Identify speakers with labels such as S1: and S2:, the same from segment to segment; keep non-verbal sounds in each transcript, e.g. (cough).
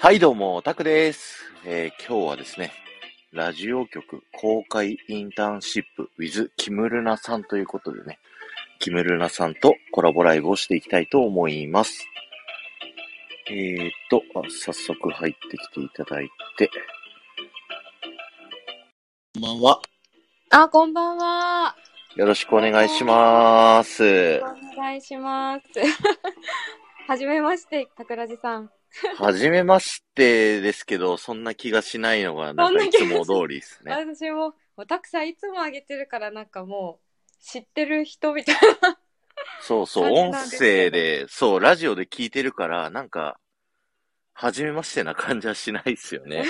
S1: はい、どうも、タクです。えー今日はですね、ラジオ局公開インターンシップ with キムルナさんということでね、キムルナさんとコラボライブをしていきたいと思います。えーっと、あ早速入ってきていただいて。こんばんは。
S2: あ、こんばんは。
S1: よろしくお願いします。
S2: お願いします。 (laughs) はじめまして、桜地さん。
S1: はじめましてですけど、そんな気がしないのが、なんかいつも通りですね。
S2: 私も、おたくさんいつもあげてるから、なんかもう、知ってる人みたい
S1: そうそう、
S2: 感じ
S1: 音
S2: なんです
S1: 声
S2: けど
S1: で、そう、ラジオで聞いてるから、なんか、初めましてな感じはしないですよね。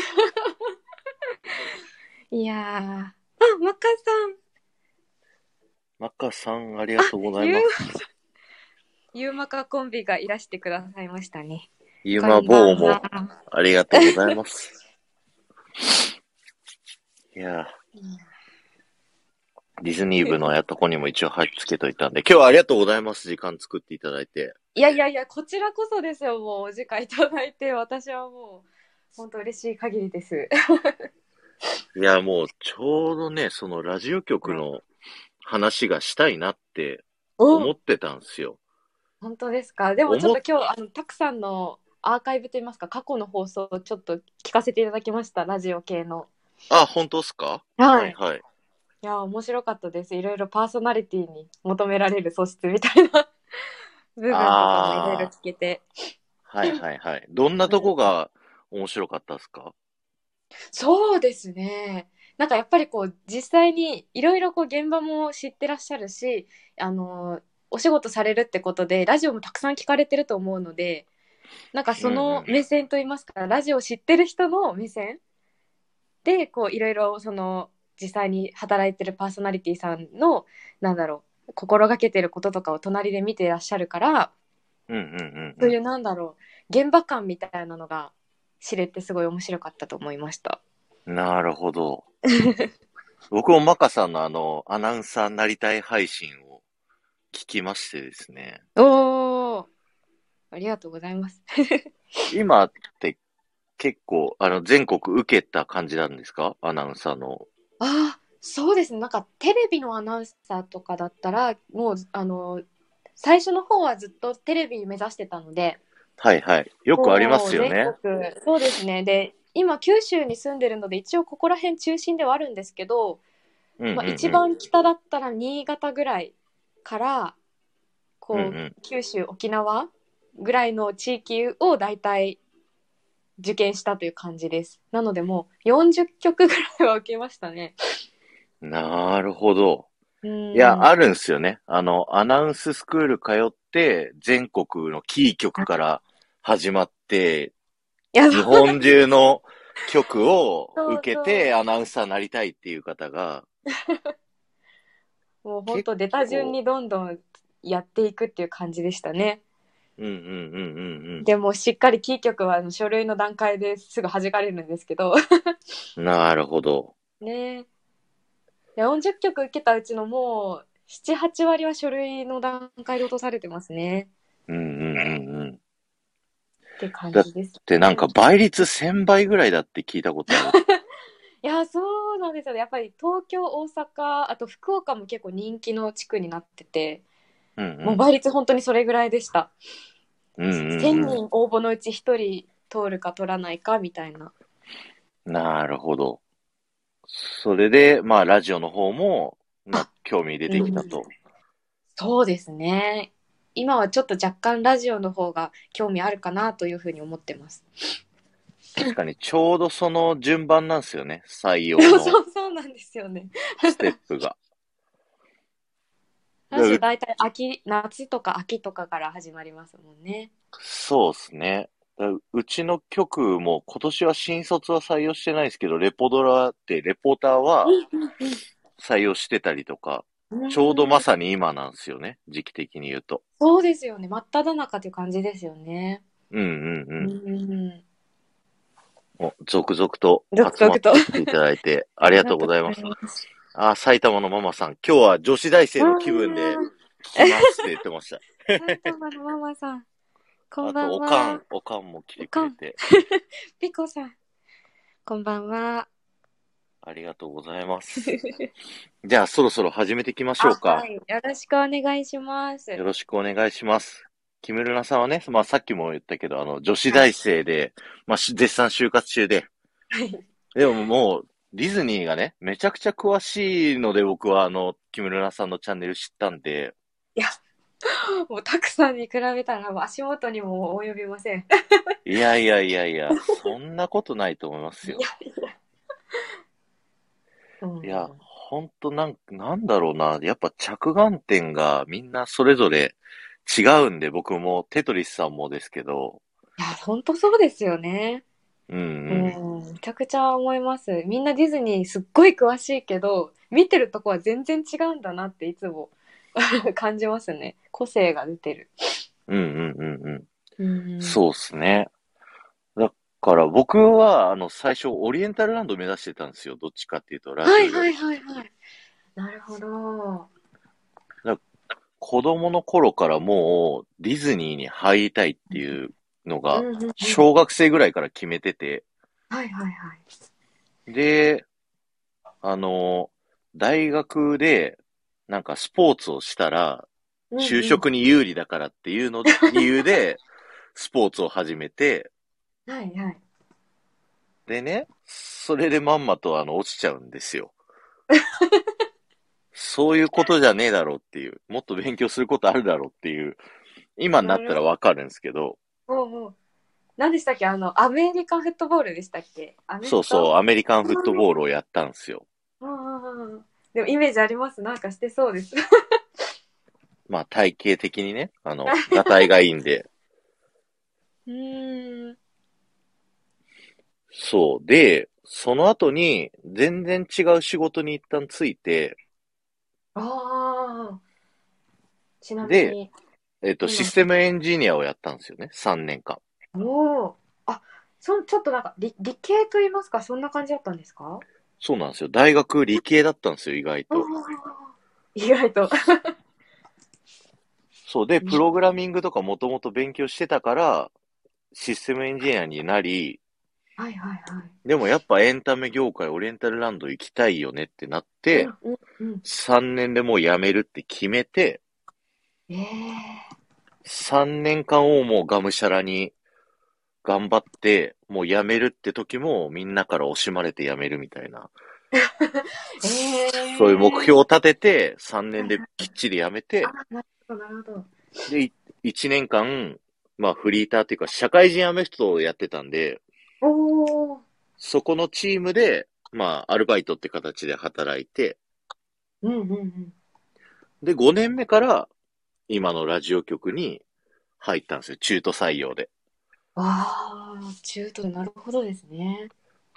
S2: な。いやー。あ、マカ
S1: マカさん、ありがとうご
S2: さ
S1: ざい
S2: ん、ゆう
S1: ます。、
S2: ゆうまかコンビがいらしてくださいましたね。
S1: ゆまぼう
S2: こんば
S1: も
S2: ん、は
S1: ありがとうございます。 (laughs) いやー、ディズニー部のやっとこにも一応貼り付けといたんで、今日はありがとうございます。時間作っていただいて。
S2: いやいやいや、こちらこそですよ、もう、お時間いただいて、私はもう、本当嬉しい限りです。
S1: いや、もう、ちょうどね、そのラジオ局の話がしたいなって思ってたんですよ。
S2: 本当ですかでも
S1: 思っ
S2: ちょっと今日あのたくさんのアーカイブといいますか過去の放送をちょっと聞かせていただきましたラジオ系の
S1: あ、本当っすか
S2: はい、い、
S1: はい。
S2: や面白かったですいろいろパーソナリティに求められる素質みたいな (laughs) 部分とかもいろいろ聞けて
S1: はいはいはい。どんなとこが面白かったですか
S2: そうですねなんかやっぱりこう実際にいろいろこう現場も知ってらっしゃるしあのお仕事されるってことでラジオもたくさん聞かれてると思うのでなんかそ
S1: うんうん
S2: の
S1: うん
S2: 目線といいますか、ラジオを知ってる人の目線でこういろいろその実際に働いてるパーソナリティさんのなんだろう心がけてることとかを隣で見てらっしゃるから
S1: うんうんう
S2: そうんい
S1: うん。
S2: うなんだろう現場感みたいなのが知れてすごい面白かったと思いました。
S1: なるほど。僕もマカさんのあの、アナウンサーになりたい配信を聞きましてですね。
S2: おーありがとうございます。 (laughs)
S1: 今って結構、あの、全国受けた感じなんですかアナウンサーの。
S2: ああ、そうですね。なんかテレビのアナウンサーとかだったら、もう、あの、最初の方はずっとテレビ目指してたので、
S1: はいはい。よくありますよね
S2: もう。全国そうですね。で、今、九州に住んでるので、一応ここら辺中心ではあるんですけど、
S1: うんうんうん
S2: まあ、一番北だったら新潟ぐらいから、こ
S1: うんう
S2: う、
S1: ん
S2: 九州、沖縄ぐらいの地域を大体受験したという感じです。なので、もう40局ぐらいは受けましたね。
S1: なるほど。
S2: い
S1: いや、あるんすよね。あの、アナウンススクール通って、全国のキー局から始まって、
S2: いや、
S1: (laughs) 日本中の曲を受け
S2: そう
S1: てアナウンサーになりたいっていう方が、
S2: もう本当出た順にどんどんやっていくっていう感じでしたね。
S1: うんうんうんうん
S2: でもしっかりキー局はあの書類の段階ですぐ弾かれるんですけど
S1: うん。なるほど。
S2: ねえ。40曲受けたうちのもう78割は書類の段階で落とされてますね
S1: うんうんうんうん。
S2: って感じです。
S1: で、なんか倍率1000倍ぐらいだって聞いたこと
S2: (laughs)
S1: ある。
S2: いやそうなんですよね。やっぱり東京大阪あと福岡も結構人気の地区になってて、
S1: うん
S2: もう倍率本当にそれぐらいでした。
S1: うん。うんうん
S2: 1000
S1: うん
S2: 人応募のうち1人通るか取らないかみたいな。
S1: なるほど。それで、まあ、ラジオの方も、まあ
S2: あ、
S1: 興味出てきたと。
S2: そうですね。今はちょっと若干ラジオの方が興味あるかなというふうに思ってます。
S1: 確かに、ちょうどその順番なんですよね。採用
S2: そう
S1: の
S2: そうそうなんですよね。
S1: ステップが。だ
S2: ラジオ大体秋、夏とか秋とかから始まりますもんね。
S1: そうですね。だうちの局も今年は新卒は採用してないですけど、レポドラってレポーターは採用してたりとか、ちょうどまさに今なんですよね。時期的に言うと。
S2: そうですよね。真っ只中という感じですよね。
S1: うんう
S2: うんん。
S1: うん。お続々と
S2: 続
S1: 集まっ
S2: 々と
S1: てきていただいて、ありがとうござい
S2: (laughs)
S1: ます。
S2: す。
S1: あ、埼玉のママさん、今日は女子大生の気分で聞きますって言ってました。
S2: 埼玉のママさん。 (laughs) こ
S1: あ
S2: んば
S1: と、
S2: ん
S1: おか
S2: は
S1: ん。、おかんも来てくれて、
S2: ピコさん。こんばんは。
S1: ありがとうございます。じゃあ、そろそろ始めていきましょう
S2: あ
S1: か。
S2: はい。よろしくお願いします。
S1: よろしくお願いします。キムルナさんはね、まあさっきも言ったけど、あの、女子大生で、まあし絶賛就活中で、
S2: はい
S1: でももう、ディズニーがね、めちゃくちゃ詳しいので僕はあの、キムルナさんのチャンネル知ったんで、
S2: もう、たくさんに比べたら、もう足元にも及びません。
S1: いやいやいやいや、そんなことないと思いますよ
S2: い。やいや。うん
S1: いや、ほんとなん、なんだろうな、やっぱ着眼点がみんなそれぞれ違うんで、僕もテトリスさんもですけど、
S2: いや、本当そうですよね。
S1: うん
S2: う
S1: うん。
S2: ん、めちゃくちゃ思います。みんなディズニーすっごい詳しいけど、見てるとこは全然違うんだなっていつも (laughs) 感じますね。個性が出てる。
S1: うんうんうんうん。
S2: うん
S1: そうっすね。だから僕は、あの、最初、オリエンタルランド目指してたんですよ。どっちかっていうと、ラジオ
S2: は
S1: よ
S2: い
S1: り
S2: はいはいはい。なるほど。
S1: 子供の頃からもう、ディズニーに入りたいっていうのが、
S2: うんうんうん
S1: 小学生ぐらいから決めてて、
S2: はいはいはい。
S1: で、あの、大学で、なんかスポーツをしたら、
S2: うんうん
S1: 就職に有利だからっていうの、理由で、スポーツを始めて、
S2: はいはい。
S1: でね、それでまんまとあの落ちちゃうんです
S2: (laughs)
S1: よ。そういうことじゃねえだろうっていう、もっと勉強することあるだろうっていう、今になったらわかるんですけど、
S2: もうもう。何でしたっけあの、アメリカンフットボールでしたっけアメ
S1: そうそう、
S2: う。
S1: アメリカンフットボールをやったんですよ。
S2: うんうんうんでもイメージあります。なんかしてそうです。 (laughs)
S1: まあ体型的にね、
S2: (laughs)
S1: あの、がたいがいいんで。
S2: うん。
S1: そう。で、その後に全然違う仕事に一旦ついて、
S2: ああ。ちなみ
S1: で
S2: に。
S1: えっと、
S2: うん
S1: システムエンジニアをやったんですよね、3年間。
S2: おお。あ、そちょっとなんか理理系と言いますか、そんな感じだったんですか。
S1: そうなんですよ。大学理系だったんですよ、意外と。
S2: 意外と。
S1: そうで、
S2: うん
S1: プログラミングとかもともと勉強してたから、システムエンジニアになり、
S2: はいはいはい。
S1: でもやっぱエンタメ業界、オリエンタルランド行きたいよねってなって、
S2: うんうんうん、
S1: 3年でもう辞めるって決めて、
S2: ええ
S1: 3年間をもうがむしゃらに頑張って、もう辞めるって時もみんなから惜しまれて辞めるみたいな。
S2: えー
S1: そういう目標を立てて、3年できっちり辞めて
S2: あ、なるほどなるほど。
S1: で、1年間、まあフリーターっていうか社会人アメフトをやってたんで、
S2: おお。
S1: そこのチームで、まあ、アルバイトって形で働いて、
S2: うんうんうん。
S1: で、5年目から、今のラジオ局に入ったんですよ。中途採用で。
S2: わあ、中途なるほどですね。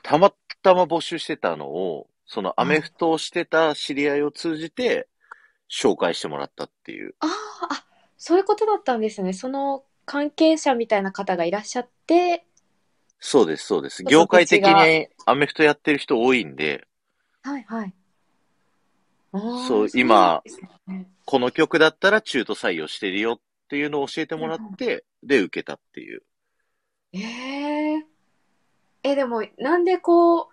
S1: たまたま募集してたのを、そのアメフトをしてた知り合いを通じて、紹介してもらったっていう。
S2: あーあ、そういうことだったんですね。その関係者みたいな方がいらっしゃって。
S1: そうです、そうです。
S2: そう
S1: 業界的
S2: う
S1: にアメフトやってる人多いんで、
S2: はいはい。あー
S1: そう
S2: なん
S1: 今
S2: ですね
S1: この曲だったら中途採用してるよっていうのを教えてもらって、で、受けたっていう。
S2: えええ、でも、なんでこう、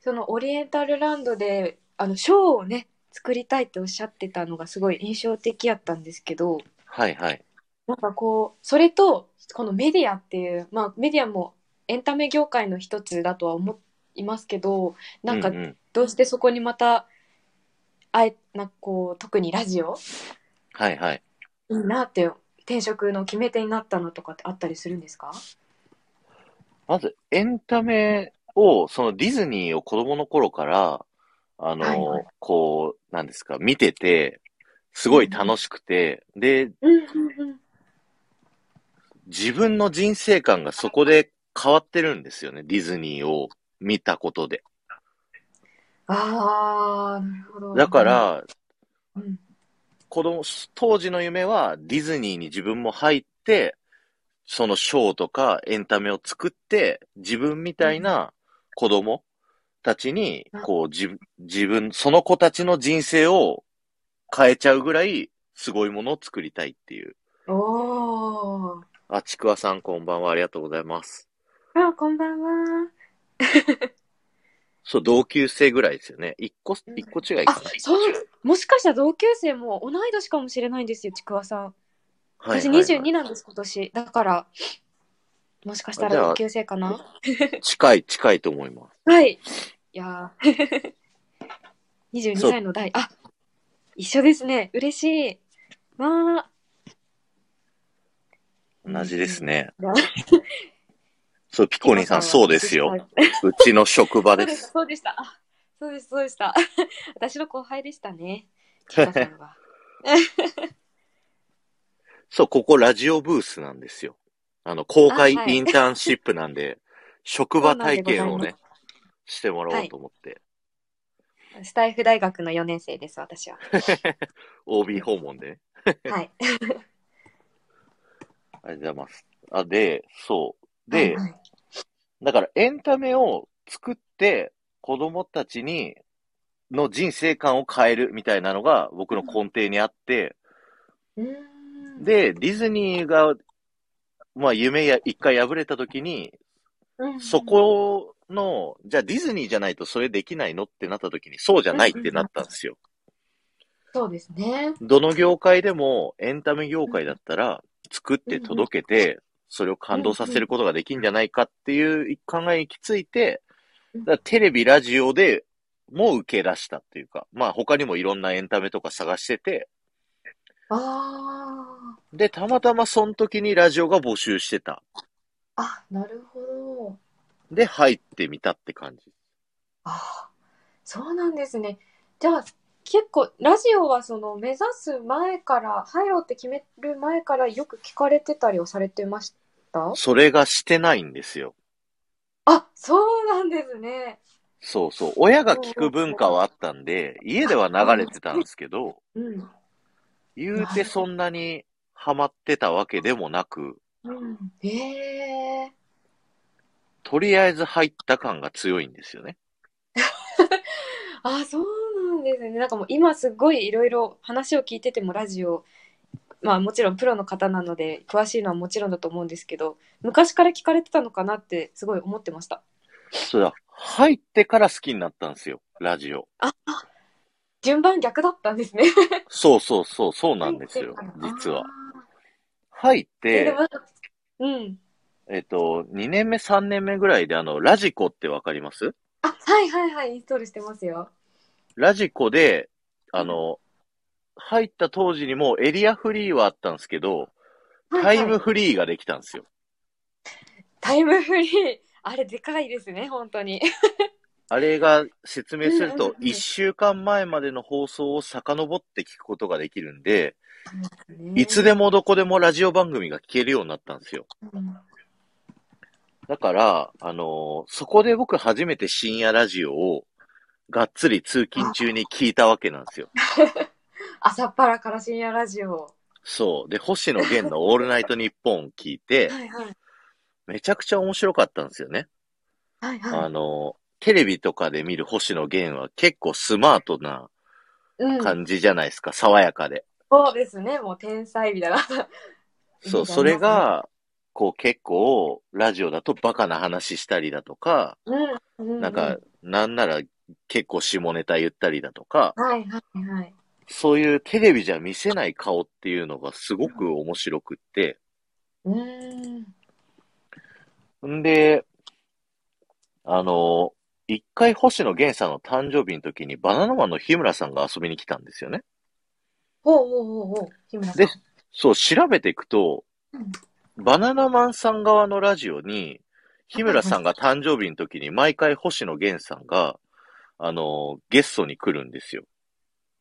S2: そのオリエンタルランドで、あの、ショーをね、作りたいっておっしゃってたのがすごい印象的やったんですけど、
S1: はいはい。
S2: なんかこう、それと、このメディアっていう、まあ、メディアもエンタメ業界の一つだとは思いますけど、なんか
S1: う、うん、
S2: どうしてそこにまた、あえ、なんかこう、特にラジオ、
S1: はいはい。
S2: いいなって、転職の決め手になったのとかってあったりするんですか
S1: まず、エンタメを、そのディズニーを子供の頃から、あの、
S2: はいはい
S1: こう、なんですか、見てて、すごい楽しくて、で、
S2: うんうんうん。
S1: 自分の人生観がそこで変わってるんですよね、ディズニーを見たことで。
S2: ああ、なるほど。
S1: だから、
S2: うん、
S1: 子供、当時の夢はディズニーに自分も入って、そのショーとかエンタメを作って、自分みたいな子供たちに
S2: うん、
S1: こう、じ自分、その子たちの人生を変えちゃうぐらい、すごいものを作りたいっていう。
S2: おお、
S1: あ、ちくわさんこんばんは。ありがとうございます。
S2: あ、こんばんは。
S1: そう、同級生ぐらいですよね。一個、一個違いか
S2: あ
S1: な。、
S2: そう、もしかしたら同級生も同い年かもしれないんですよ、ちくわさん。
S1: はい
S2: 私
S1: はいはい
S2: 22なんです、今年。だから、もしかした
S1: じゃ
S2: ら
S1: あ
S2: 同級生かな。
S1: 近い、近いと思いま
S2: はい。いや (laughs) ー22
S1: そう
S2: 歳の代。あ、一緒ですね。嬉しい。まあ。
S1: す。同じですね。
S2: うん。
S1: (laughs) そう、ピコリンさん、そうですよ。。うちの職場
S2: そう
S1: で
S2: ですす、。 (laughs) そうでした。あそうです、そうでした。 (laughs) 私の後輩でしたね。ちかさんは
S1: そう、ここラジオブースなんですよ。あの、公開
S2: あはい
S1: インターンシップなんで、 (laughs) 職場体験を
S2: そうなんでござい
S1: ね、してもらおうと思って、
S2: スタイフ大学の4年生です、私は。
S1: OB 訪問 (laughs) でね。
S2: はい。
S1: ありがとうございます。あ、で、そう。で、
S2: はいはい
S1: だからエンタメを作って、子供たちに、の人生観を変えるみたいなのが僕の根底にあって、
S2: うーん、
S1: で、ディズニーが、まあ夢や一回破れた時に、
S2: うん
S1: そ、この、じゃあディズニーじゃないとそれできないのってなった時に、そうじゃないってなったんですよ。
S2: そうですね。
S1: どの業界でもエンタメ業界だったら作って届けて、それを感動させることができんじゃないかっていう考えに行き着いて、
S2: うん
S1: だからテレビ、ラジオでもう受け出したっていうか、まあ他にもいろんなエンタメとか探してて、
S2: あ
S1: で、たまたまその時にラジオが募集してた。
S2: あ、あ、なるほど。
S1: で、入ってみたって感じ。
S2: ああ、そうなんですね。じゃあ、結構、ラジオはその目指す前から、入ろうって決める前からよく聞かれてたりをされてました
S1: それがしてないんですよ。
S2: あ、そうなんですね。
S1: そうそう。親が聞く文化はあったんで、家では流れてたんですけど、
S2: うん。
S1: 言うてそんなにハマってたわけでもなく、
S2: うん、ええ
S1: とりあえず入った感が強いんですよね。
S2: あ、そうなんですね。なんかもう今すごいいろいろ話を聞いててもラジオ、まあもちろんプロの方なので詳しいのはもちろんだと思うんですけど、昔から聞かれてたのかなってすごい思ってました。
S1: そうだ、入ってから好きになったんですよ、ラジオ。
S2: あ、順番逆だったんですね。
S1: そうそうそう、そうなんです
S2: (laughs)
S1: よ、実は。入っ
S2: えで
S1: て
S2: も、なんかうん。
S1: えっと、2年目、3年目ぐらいで、あの、ラジコってわかります
S2: あ、はいはいはい、インストールしてますよ。
S1: ラジコで、あの、入った当時にもうエリアフリーはあったんですけど、タ
S2: はいは
S1: イ
S2: い
S1: ムフリーができたんですよ。
S2: タイムフリー。 (laughs) あれでかいですね、本当に。
S1: あれが説明する
S2: うん
S1: と
S2: う、んうん
S1: 1週間前までの放送を遡って聞くことができるんで、 (laughs) いつでもどこでもラジオ番組が聞けるようになったんですよ。
S2: うん。
S1: だから、あのーそこで僕初めて深夜ラジオをがっつり通勤中に聞いたわけなんですよ。
S2: 朝っぱらから深夜ラジオ。
S1: そう。で、星野源のオールナイトニッポン聞いて、
S2: はいはい。
S1: めちゃくちゃ面白かったんですよね。
S2: はいはい。
S1: あのーテレビとかで見る星野源は結構スマートな
S2: うん、
S1: 感じじゃないですか。爽やかで。
S2: そうですね、もう天才みたいな。
S1: そ、
S2: いいうじゃん
S1: それが、こう結構、ラジオだとバカな話したりだとか、
S2: うん、
S1: なんか、、なんなら結構下ネタ言ったりだとか、
S2: はいはいはい。
S1: そういうテレビじゃ見せない顔っていうのがすごく面白くって、
S2: うーん。
S1: んで、あの、一回星野源さんの誕生日の時にバナナマンの日村さんが遊びに来たんですよね。
S2: ほうほうほうほう、日村さん。
S1: でそう、調べていくと
S2: うん、
S1: バナナマンさん側のラジオに、日村さんが誕生日の時に毎回星野源さんが、あの、ゲストに来るんですよ。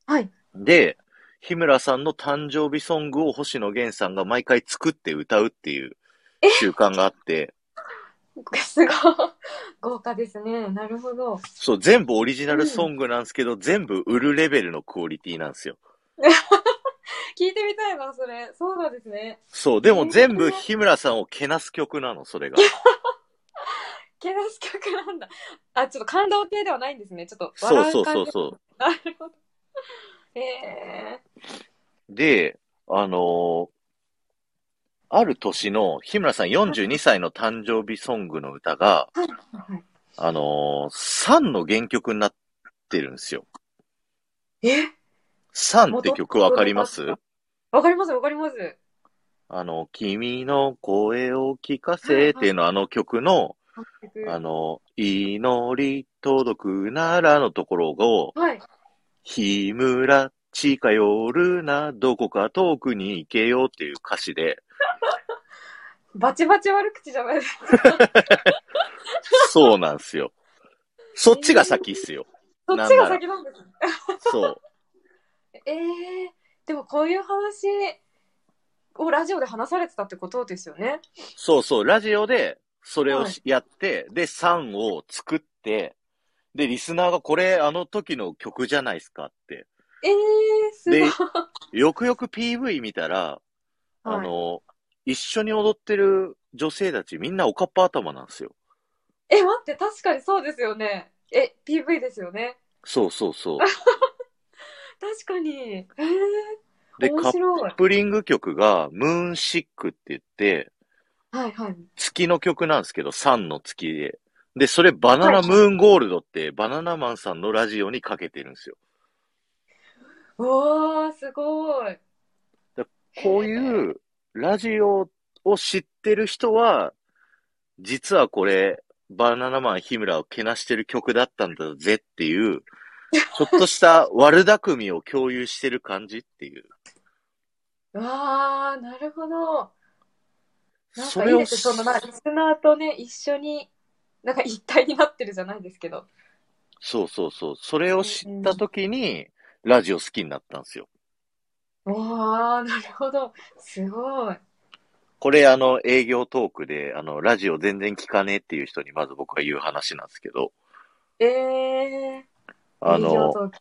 S2: はい。 (laughs)
S1: で、日村さんの誕生日ソングを星野源さんが毎回作って歌うっていう習慣があって、
S2: すごい。豪華ですね。なるほど。
S1: そう、全部オリジナルソングなんですけど、全部売るレベルのクオリティなんですよ。
S2: 聞いてみたいな、それ。そうなんですね。
S1: そう、でも全
S2: え
S1: 部
S2: ー
S1: 日村さんをけなす曲なの、それが。
S2: けなす曲なんだ。あ、ちょっと感動系ではないんですね。ちょっと
S1: そう
S2: 笑
S1: そううそ
S2: 感
S1: う
S2: じ。
S1: そう。
S2: なるほど。ええ
S1: で、あのーある年の日村さん42歳の誕生日ソングの歌が、
S2: はいはいはい。
S1: あのー、サンの原曲になってるんですよ。
S2: え
S1: サンって曲わかります
S2: わかりますわかります。
S1: あの、君の声を聞かせっていうのあの曲の、あの、祈り届くならのところを、
S2: はい。
S1: 日村近寄るな、どこか遠くに行けよっていう歌詞で、
S2: バチバチ悪口じゃないですか。
S1: そうなん (laughs) ですよ。そっちが先っすよ。
S2: そっちが先なんですね。
S1: そう。
S2: ええでもこういう話をラジオで話されてたってことですよね。
S1: そうそう、ラジオでそれを
S2: はい
S1: しやって、で、3を作って、で、リスナーがこれあの時の曲じゃないですかって。
S2: ええすごい
S1: で。よくよく PV 見たら、あ
S2: はい、
S1: の、一緒に踊ってる女性たちみんなおかっぱ頭なんですよ。
S2: え、待って、確かにそうですよね。え、PV ですよね。
S1: そうそうそう。
S2: 確かに。ええ
S1: で、カ
S2: 面
S1: ッ
S2: 白い。
S1: プリング曲がムーンシックって言って、
S2: はいはい。
S1: 月の曲なんですけど、3の月で。で、それバナナムーンゴールドってバナナマンさんのラジオにかけてるんですよ。
S2: おー、すごい。
S1: こういうラジオを知ってる人は、実はこれ、バナナマン日村をけなしてる曲だったんだぜっていう、ちょっとした悪巧みを共有してる感じっていう。
S2: わー、なるほど。なん
S1: そ
S2: かい
S1: れ
S2: い
S1: を
S2: ですね、その、まあ、リスナーとね、一緒に、なんか一体になってるじゃないですけど。
S1: そうそうそう。それを知った時に、ラジオ好きになったんですよ。
S2: わー、なるほど。すごい。
S1: これあの営業トークで、あのラジオ全然聞かねえっていう人にまず僕は言う話なんですけど、
S2: ええー。
S1: あ
S2: 営業
S1: の、
S2: トーク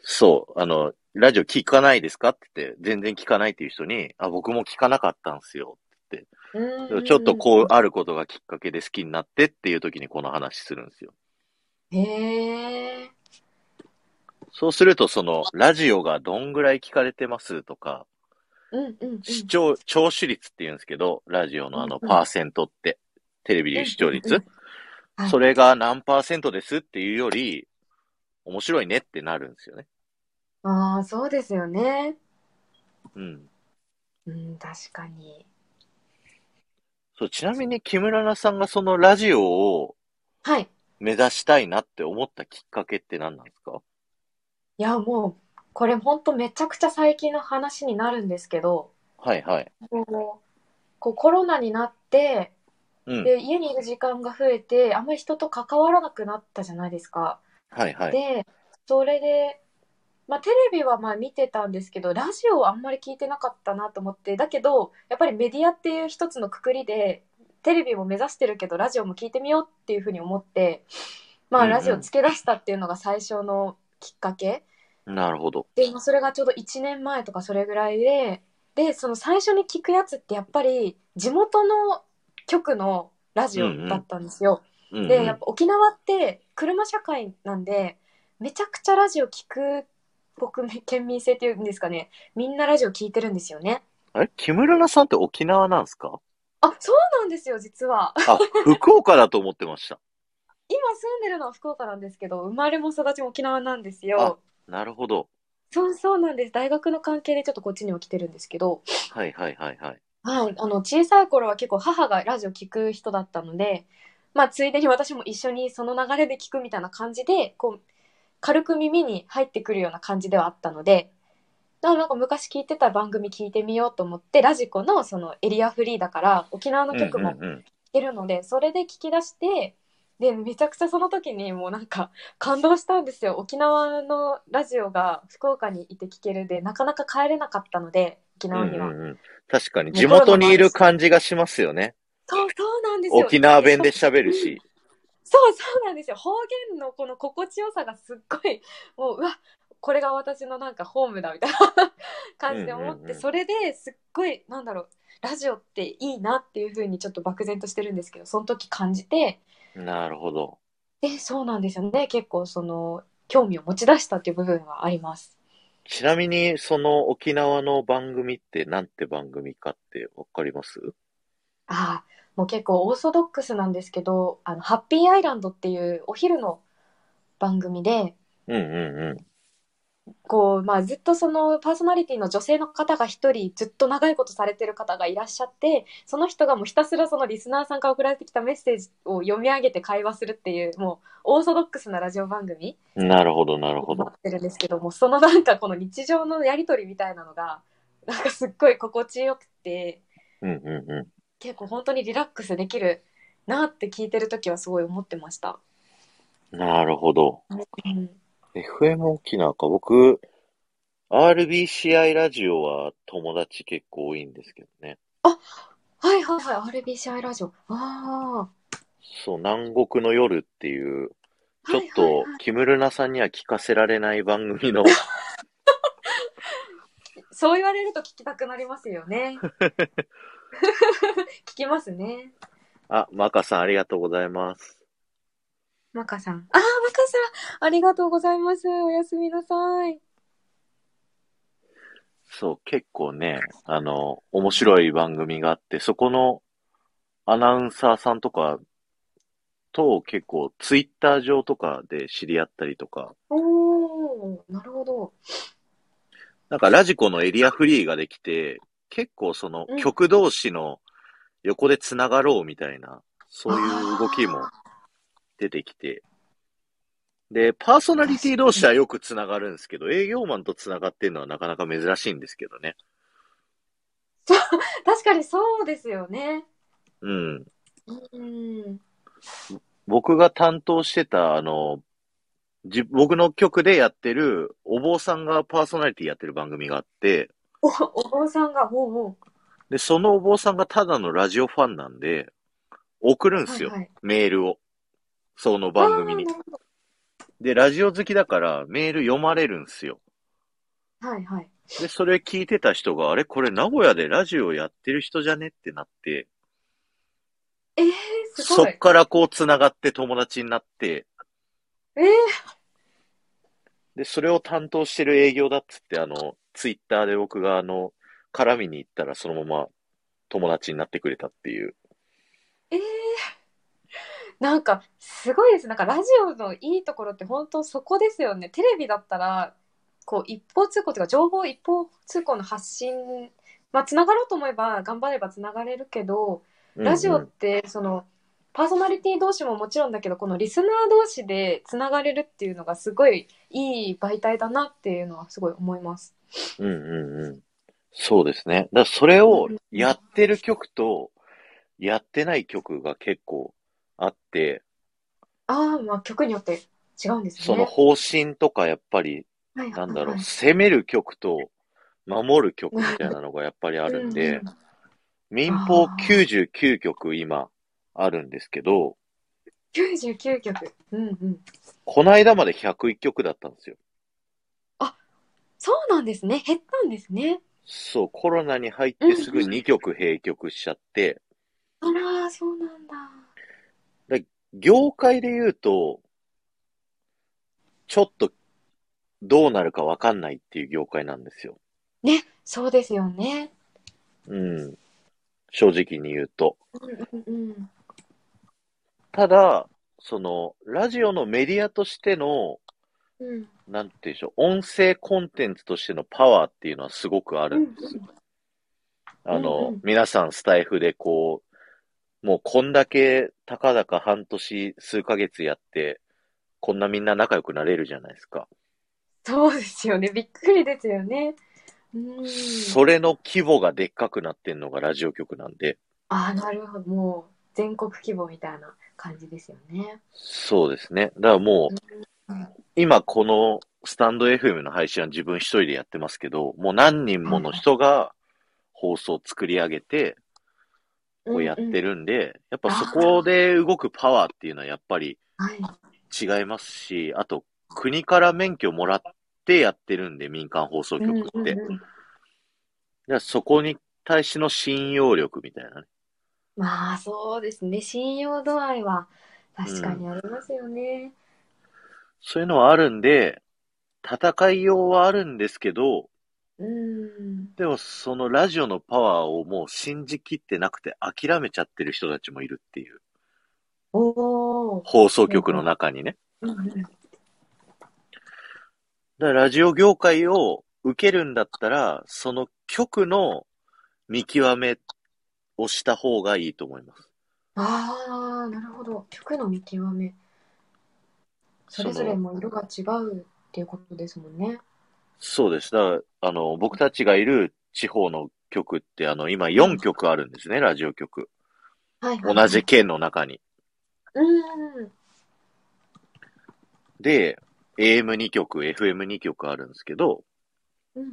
S1: そう、あの、ラジオ聞かないですかって言って、全然聞かないっていう人に、あ、僕も聞かなかったんすよ。
S2: うーん
S1: ちょっとこう、あることがきっかけで好きになってっていう時にこの話するんですよ。
S2: へえ。
S1: そうすると、その、ラジオがどんぐらい聞かれてますとか、
S2: うんうんうん。
S1: 視聴、聴取率って言うんですけど、ラジオのあの、
S2: うんうん
S1: パーセントって、テレビでいう視聴
S2: うんう
S1: 率
S2: んはい
S1: それが何パーセントですっていうより、面白いねってなるんですよね。
S2: ああ、そうですよね。
S1: うん。
S2: うん、確かに。
S1: そう、ちなみに木村菜さんがそのラジオを
S2: はい。
S1: 目指したいなって思ったきっかけって何なんですか
S2: いや、もう、これほんとめちゃくちゃ最近の話になるんですけど、
S1: はいはい。
S2: こうこうコロナになって、
S1: うん。
S2: で、家にいる時間が増えて、あんまり人と関わらなくなったじゃないですか。
S1: はいはい。
S2: で、それで、まあ、テレビはまあ見てたんですけど、ラジオはあんまり聞いてなかったなと思って、だけど、やっぱりメディアっていう一つのくくりで、テレビも目指してるけど、ラジオも聞いてみようっていうふうに思って、ま
S1: う
S2: あ、
S1: んうん
S2: ラジオつけ出したっていうのが最初のきっかけ。
S1: なるほど。
S2: で、まあそれがちょうど1年前とかそれぐらいで、で、その最初に聞くやつってやっぱり地元の局のラジオだったんですよ。
S1: うんうん、
S2: で、やっぱ沖縄って車社会なんで、めちゃくちゃラジオ聞く国民、県民性っていうんですかね、みんなラジオ聞いてるんですよね。
S1: あれ木村菜さんって沖縄なんですか
S2: あ、そうなんですよ、実は。 (laughs)
S1: あ、 (laughs) 福岡だと思ってました。
S2: 今住んでるのは福岡なんですけど、生まれも育ちも沖縄なんですよ。
S1: なるほど。
S2: そうそうなんです。大学の関係でちょっとこっちにも来てるんですけど、
S1: はいはいはいはい。
S2: はい、あの小さい頃は結構母がラジオ聞く人だったので、まあ、ついでに私も一緒にその流れで聞くみたいな感じでこう軽く耳に入ってくるような感じではあったのでだからなんか昔聞いてた番組聞いてみようと思ってラジコのそのエリアフリーだから沖縄の曲
S1: う
S2: も
S1: んうんうん
S2: いるので、それで聞き出してでめちゃくちゃその時にもうなんか感動したんですよ沖縄のラジオが福岡にいて聞けるでなかなか帰れなかったので沖縄には。
S1: うんうんうん確かに地元にいる感じがしますよね。
S2: そうそうなんですよ
S1: 沖縄弁で喋るし。
S2: (laughs) そうそうなんですよ方言のこの心地よさがすっごいもううわこれが私のなんかホームだみたいな感じで思
S1: う
S2: って、
S1: んうんうん
S2: それですっごいなんだろうラジオっていいなっていうふうにちょっと漠然としてるんですけどその時感じて
S1: なるほど。
S2: でそうなんですよね結構その興味を持ち出したっていう部分はあります。
S1: ちなみに、その沖縄の番組ってなんて番組かってわかります
S2: ああ、もう結構オーソドックスなんですけど、あの、ハッピーアイランドっていうお昼の番組で、
S1: うんうん
S2: こう、まあずっとそのパーソナリティの女性の方が一人ずっと長いことされてる方がいらっしゃって、その人がもうひたすらそのリスナーさんから送られてきたメッセージを読み上げて会話するっていう、もうオーソドックスなラジオ番組
S1: うん。なるほど、なるほ
S2: にな
S1: ど。
S2: ってるんですけども、そのなんかこの日常のやりとりみたいなのが、なんかすっごい心地よくて、
S1: うんうんうん。
S2: 結構本当にリラックスできるなって聞いてる時はすごい思ってました。
S1: なるほど。
S2: うん、
S1: FM 沖縄か。僕、RBCI ラジオは友達結構多いんですけどね。
S2: あ、はいはいはい、RBCI ラジオ。あ
S1: そう、南国の夜っていう、
S2: あ、
S1: ちょ
S2: は
S1: っ
S2: いはい
S1: と
S2: はい。
S1: 木村菜さんには聞かせられない番組
S2: (laughs)
S1: の、
S2: そう言われると聞きたくなります
S1: (laughs)
S2: よね。聞きますね。
S1: あ、マカさんありがとうございます。
S2: マカさん。ああ、マカさん、ありがとうございます。おやすみなさい。
S1: そう、結構ね、あの、面白い番組があって、そこのアナウンサーさんとかと結構ツイッター上とかで知り合ったりとか、
S2: おー、なるほど。
S1: なんかラジコのエリアフリーができて、結構その
S2: うん。
S1: 曲同士の横でつながろうみたいな、そういう動きも
S2: あ
S1: 出てきて、で、パーソナ
S2: あ、
S1: リティ
S2: 確
S1: 同
S2: か
S1: 士
S2: に。
S1: はよくつながるんですけど、営業マンとつながってるのはなかなか珍しいんですけどね。
S2: そう確かにそうですよね。
S1: うん。
S2: うん。
S1: 僕が担当してた、あの、じ、僕の局でやってる、お坊さんがパーソナリティやってる番組があって、
S2: お、お坊さんが、おうおう。
S1: で、そのお坊さんがただのラジオファンなんで、送るん
S2: は
S1: す
S2: い
S1: よ。
S2: はい。
S1: メールを。その
S2: あ
S1: 番組
S2: あ、
S1: に。
S2: なるほど。
S1: で、ラジオ好きだからメール読まれるんすよ。
S2: はいはい。
S1: で、それ聞いてた人が、あれこれ名古屋でラジオやってる人じゃねってなって、
S2: えー、す
S1: そ
S2: ご
S1: っ
S2: い。
S1: からこう繋がって友達になって、
S2: えー、
S1: で、それを担当してる営業だっつって、あの、ツイッターで僕があの、絡みに行ったらそのまま友達になってくれたっていう。
S2: えー、なんかすごいです。なんかラジオのいいところって本当そこですよね。テレビだったらこう一方通行というか情報一方通行の発信、まあ、つながろうと思えば頑張ればつながれるけど、
S1: う
S2: ラジオ
S1: んうん。
S2: ってそのパーソナリティ同士ももちろんだけど、このリスナー同士でつながれるっていうのがすごいいい媒体だなっていうのはすごい思います。
S1: うんうんうん。そうですね。だからそれ
S2: う
S1: を
S2: んう
S1: や
S2: ん
S1: ってる曲とやってない曲が結構あって、
S2: ああ、まあ曲によって違うんです
S1: その
S2: ね。
S1: 方針とかやっぱり、
S2: はい
S1: な
S2: は
S1: んだろう、
S2: いはい。
S1: 攻める曲と守る曲みたいなのがやっぱりあ
S2: う
S1: るん
S2: んう
S1: で、
S2: ん。
S1: 民放
S2: ああ。
S1: 99曲今あるんですけど、
S2: 99曲。うんうん。
S1: こないだまで101曲だったんですよ。
S2: あ、そうなんですね。減ったんですね。
S1: そう、コロナに入っ
S2: うん
S1: てすぐ
S2: うん。
S1: 2曲閉局しちゃって、
S2: あら、そうなんだ。
S1: で業界で言うと、ちょっとどうなるかわかんないっていう業界なんですよ。
S2: ね、そうですよね。
S1: うん、正直に言うと。
S2: うんうんうん。
S1: ただ、その、ラジオのメディアとしての、
S2: うん。
S1: なんて言うんでしょう、音声コンテンツとしてのパワーっていうのはすごくあ
S2: う
S1: るん
S2: ん
S1: で
S2: う
S1: すよ。
S2: ん。う
S1: あ
S2: んう
S1: の、
S2: ん。
S1: 皆さんスタイフでこう、もうこんだけ、たかだか半年、数ヶ月やって、こんなみんな仲良くなれるじゃないですか。
S2: そうですよね。びっくりですよね。うん。
S1: それの規模がでっかくなってんのがラジオ局なんで、
S2: ああ、なるほど。もう、全国規模みたいな感じですよね。
S1: そうですね。だからも
S2: う
S1: う、
S2: ん。
S1: 今このスタンド FM の配信は自分一人でやってますけど、もう何人
S2: は
S1: も
S2: い
S1: の
S2: はい。
S1: 人が放送を作り上げて、
S2: う
S1: こうんやっ
S2: う
S1: て
S2: ん。
S1: るんで、やっぱそこ
S2: あ
S1: で動くパワーっていうのはやっぱり
S2: あ、はい。
S1: 違いますし、あと国から免許もらってやってるんで、民間放送
S2: うん
S1: 局っ
S2: うん
S1: て。
S2: うん。
S1: だからそこに対しての信用力みたいなね。
S2: まあ、そうですね。信用度合いは
S1: う
S2: 確か
S1: ん。
S2: にありますよね。
S1: そういうのはあるんで、戦いようはあるんですけど、
S2: うん。
S1: でもそのラジオのパワーをもう信じきってなくて諦めちゃってる人たちもいるっていう。
S2: おー。
S1: 放送局の中にね。だからラジオ業界を受けるんだったら、その局の見極めをした方がいいと思います。
S2: ああ、なるほど。曲の見極め。それぞれも色が違うっていうことですもんね。
S1: そうです。だから、あの、僕たちがいる地方の局って、あの、今4局あるんですね、ラジオ局。
S2: はいはいはい
S1: 同じ。県の中に。
S2: うん。
S1: で、AM2 局、FM2 局あるんですけど、
S2: うんうん。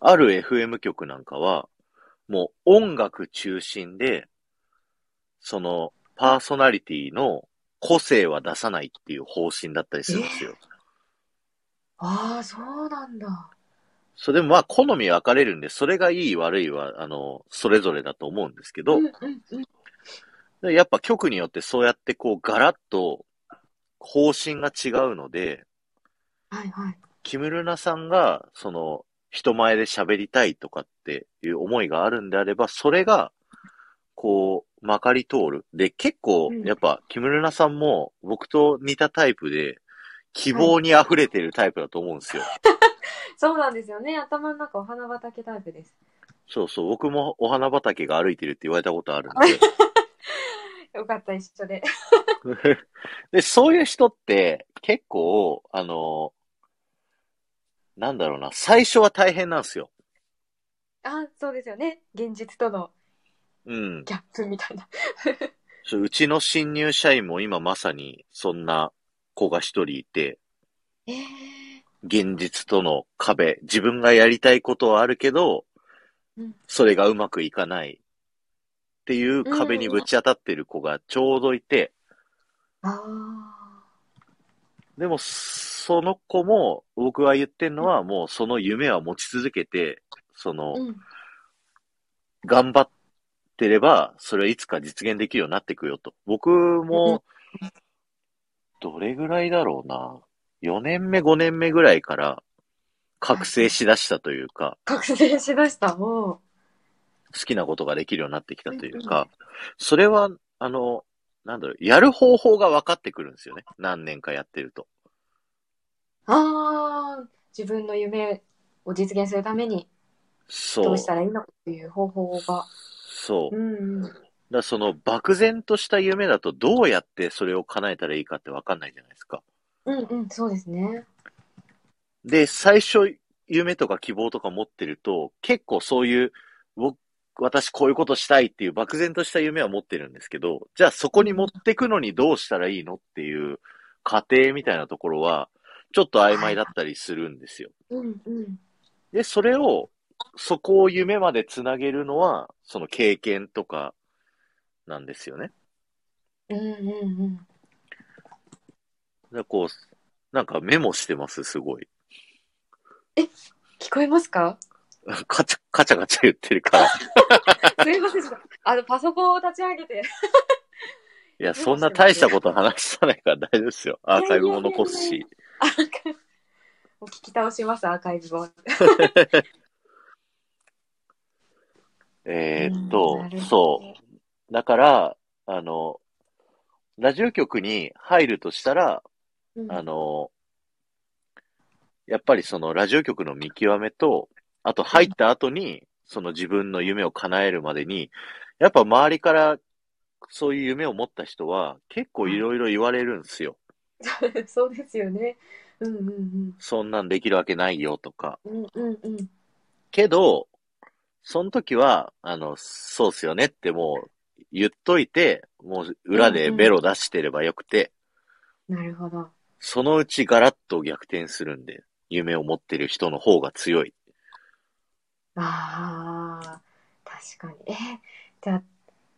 S1: ある FM 局なんかは、もう音楽中心で、その、パーソナリティの個性は出さないっていう方針だったりするんですよ。
S2: ああ、そうなんだ。
S1: それでもまあ、好み分かれるんで、それがいい悪いは、あの、それぞれだと思うんですけど、
S2: うんうんうん。
S1: でやっぱ局によってそうやってこうガラッと方針が違うので、
S2: はいはい。
S1: キムルナさんがその人前で喋りたいとかっていう思いがあるんであれば、それがこうまかり通る。で、結構
S2: うん
S1: やっぱキムルナさんも僕と似たタイプで希望に溢れてるタイプだと思うんですよ。
S2: そうなんですよね。頭の中お花畑タイプです。
S1: そうそう、僕もお花畑が歩いてるって言われたことあるんで。
S2: よかった、一緒で。 (laughs)
S1: で、そういう人って、結構、あの、なんだろうな、最初は大変なんですよ。
S2: あそうですよね。現実との
S1: うん。
S2: ギャップみたいな。
S1: そううちの新入社員も今まさに、そんな子が一人いて、
S2: ええ
S1: 現実との壁、自分がやりたいことはあるけど
S2: うん、
S1: それがうまくいかないっていう壁にぶち当たってる子がちょうどいて、
S2: ああ。
S1: でも、その子も、僕が言ってんのは、もうその夢は持ち続けて、その、
S2: うん。
S1: 頑張ってれば、それはいつか実現できるようになっていくよと。僕も、どれぐらいだろうな。4年目、5年目ぐらいから、覚醒しだしたというか、
S2: 覚醒しだした。も
S1: 好きなことができるようになってきたという
S2: うんう
S1: か、それは、あの、なんだろう、やる方法が分かってくるんですよね。何年かやってると。
S2: う。ああ。自分の夢を実現するためにど
S1: そう
S2: うし。たらいいのかっていう方法が。
S1: そうう。
S2: んうん。
S1: だからその、漠然とした夢だと、どうやってそれを叶えたらいいかって分かんないじゃないですか。
S2: うんうん、そうですね。
S1: で、最初、夢とか希望とか持ってると、結構そういう、僕、私こういうことしたいっていう漠然とした夢は持ってるんですけど、じゃあそこに持ってくのにどうしたらいいのっていう過程みたいなところは、ちょっと曖昧だったりするんですよ。
S2: うんうん。
S1: で、それを、そこを夢までつなげるのは、その経験とか、なんですよね。
S2: うんうんうん。
S1: だからこう、なんかメモしてます、すごい。 (laughs)
S2: 聞こえますか
S1: カチャ、カチャカチャ言ってるから。
S2: すいません。ちょっとあの、パソコンを立ち上げて。 (laughs)
S1: いや、そんな大したこと話さないから大丈夫ですよ。アーカイブも残す
S2: いやいやいや
S1: し。
S2: あお聞き倒します、アーカイブを。
S1: えーっ
S2: うん
S1: と
S2: なる、ほ
S1: そ
S2: ど
S1: う。だから、あの、ラジオ局に入るとしたら、
S2: うん
S1: あの、やっぱりそのラジオ局の見極めと、あと入った後に、その自分の夢を叶えるまでに、やっぱ周りからそういう夢を持った人は結構いろいろ言われるんですよ。
S2: (laughs) そうですよね。うんうん
S1: そんなんできるわけないよとか。
S2: うん。うんうんうん。
S1: けど、その時は、あの、そうっすよねってもう言っといて、もう裏でベロ出してればよくて、
S2: なるほど。
S1: そのうちガラッと逆転するんで、夢を持ってる人の方が強い。
S2: ああ、確かに。えー、じゃあ、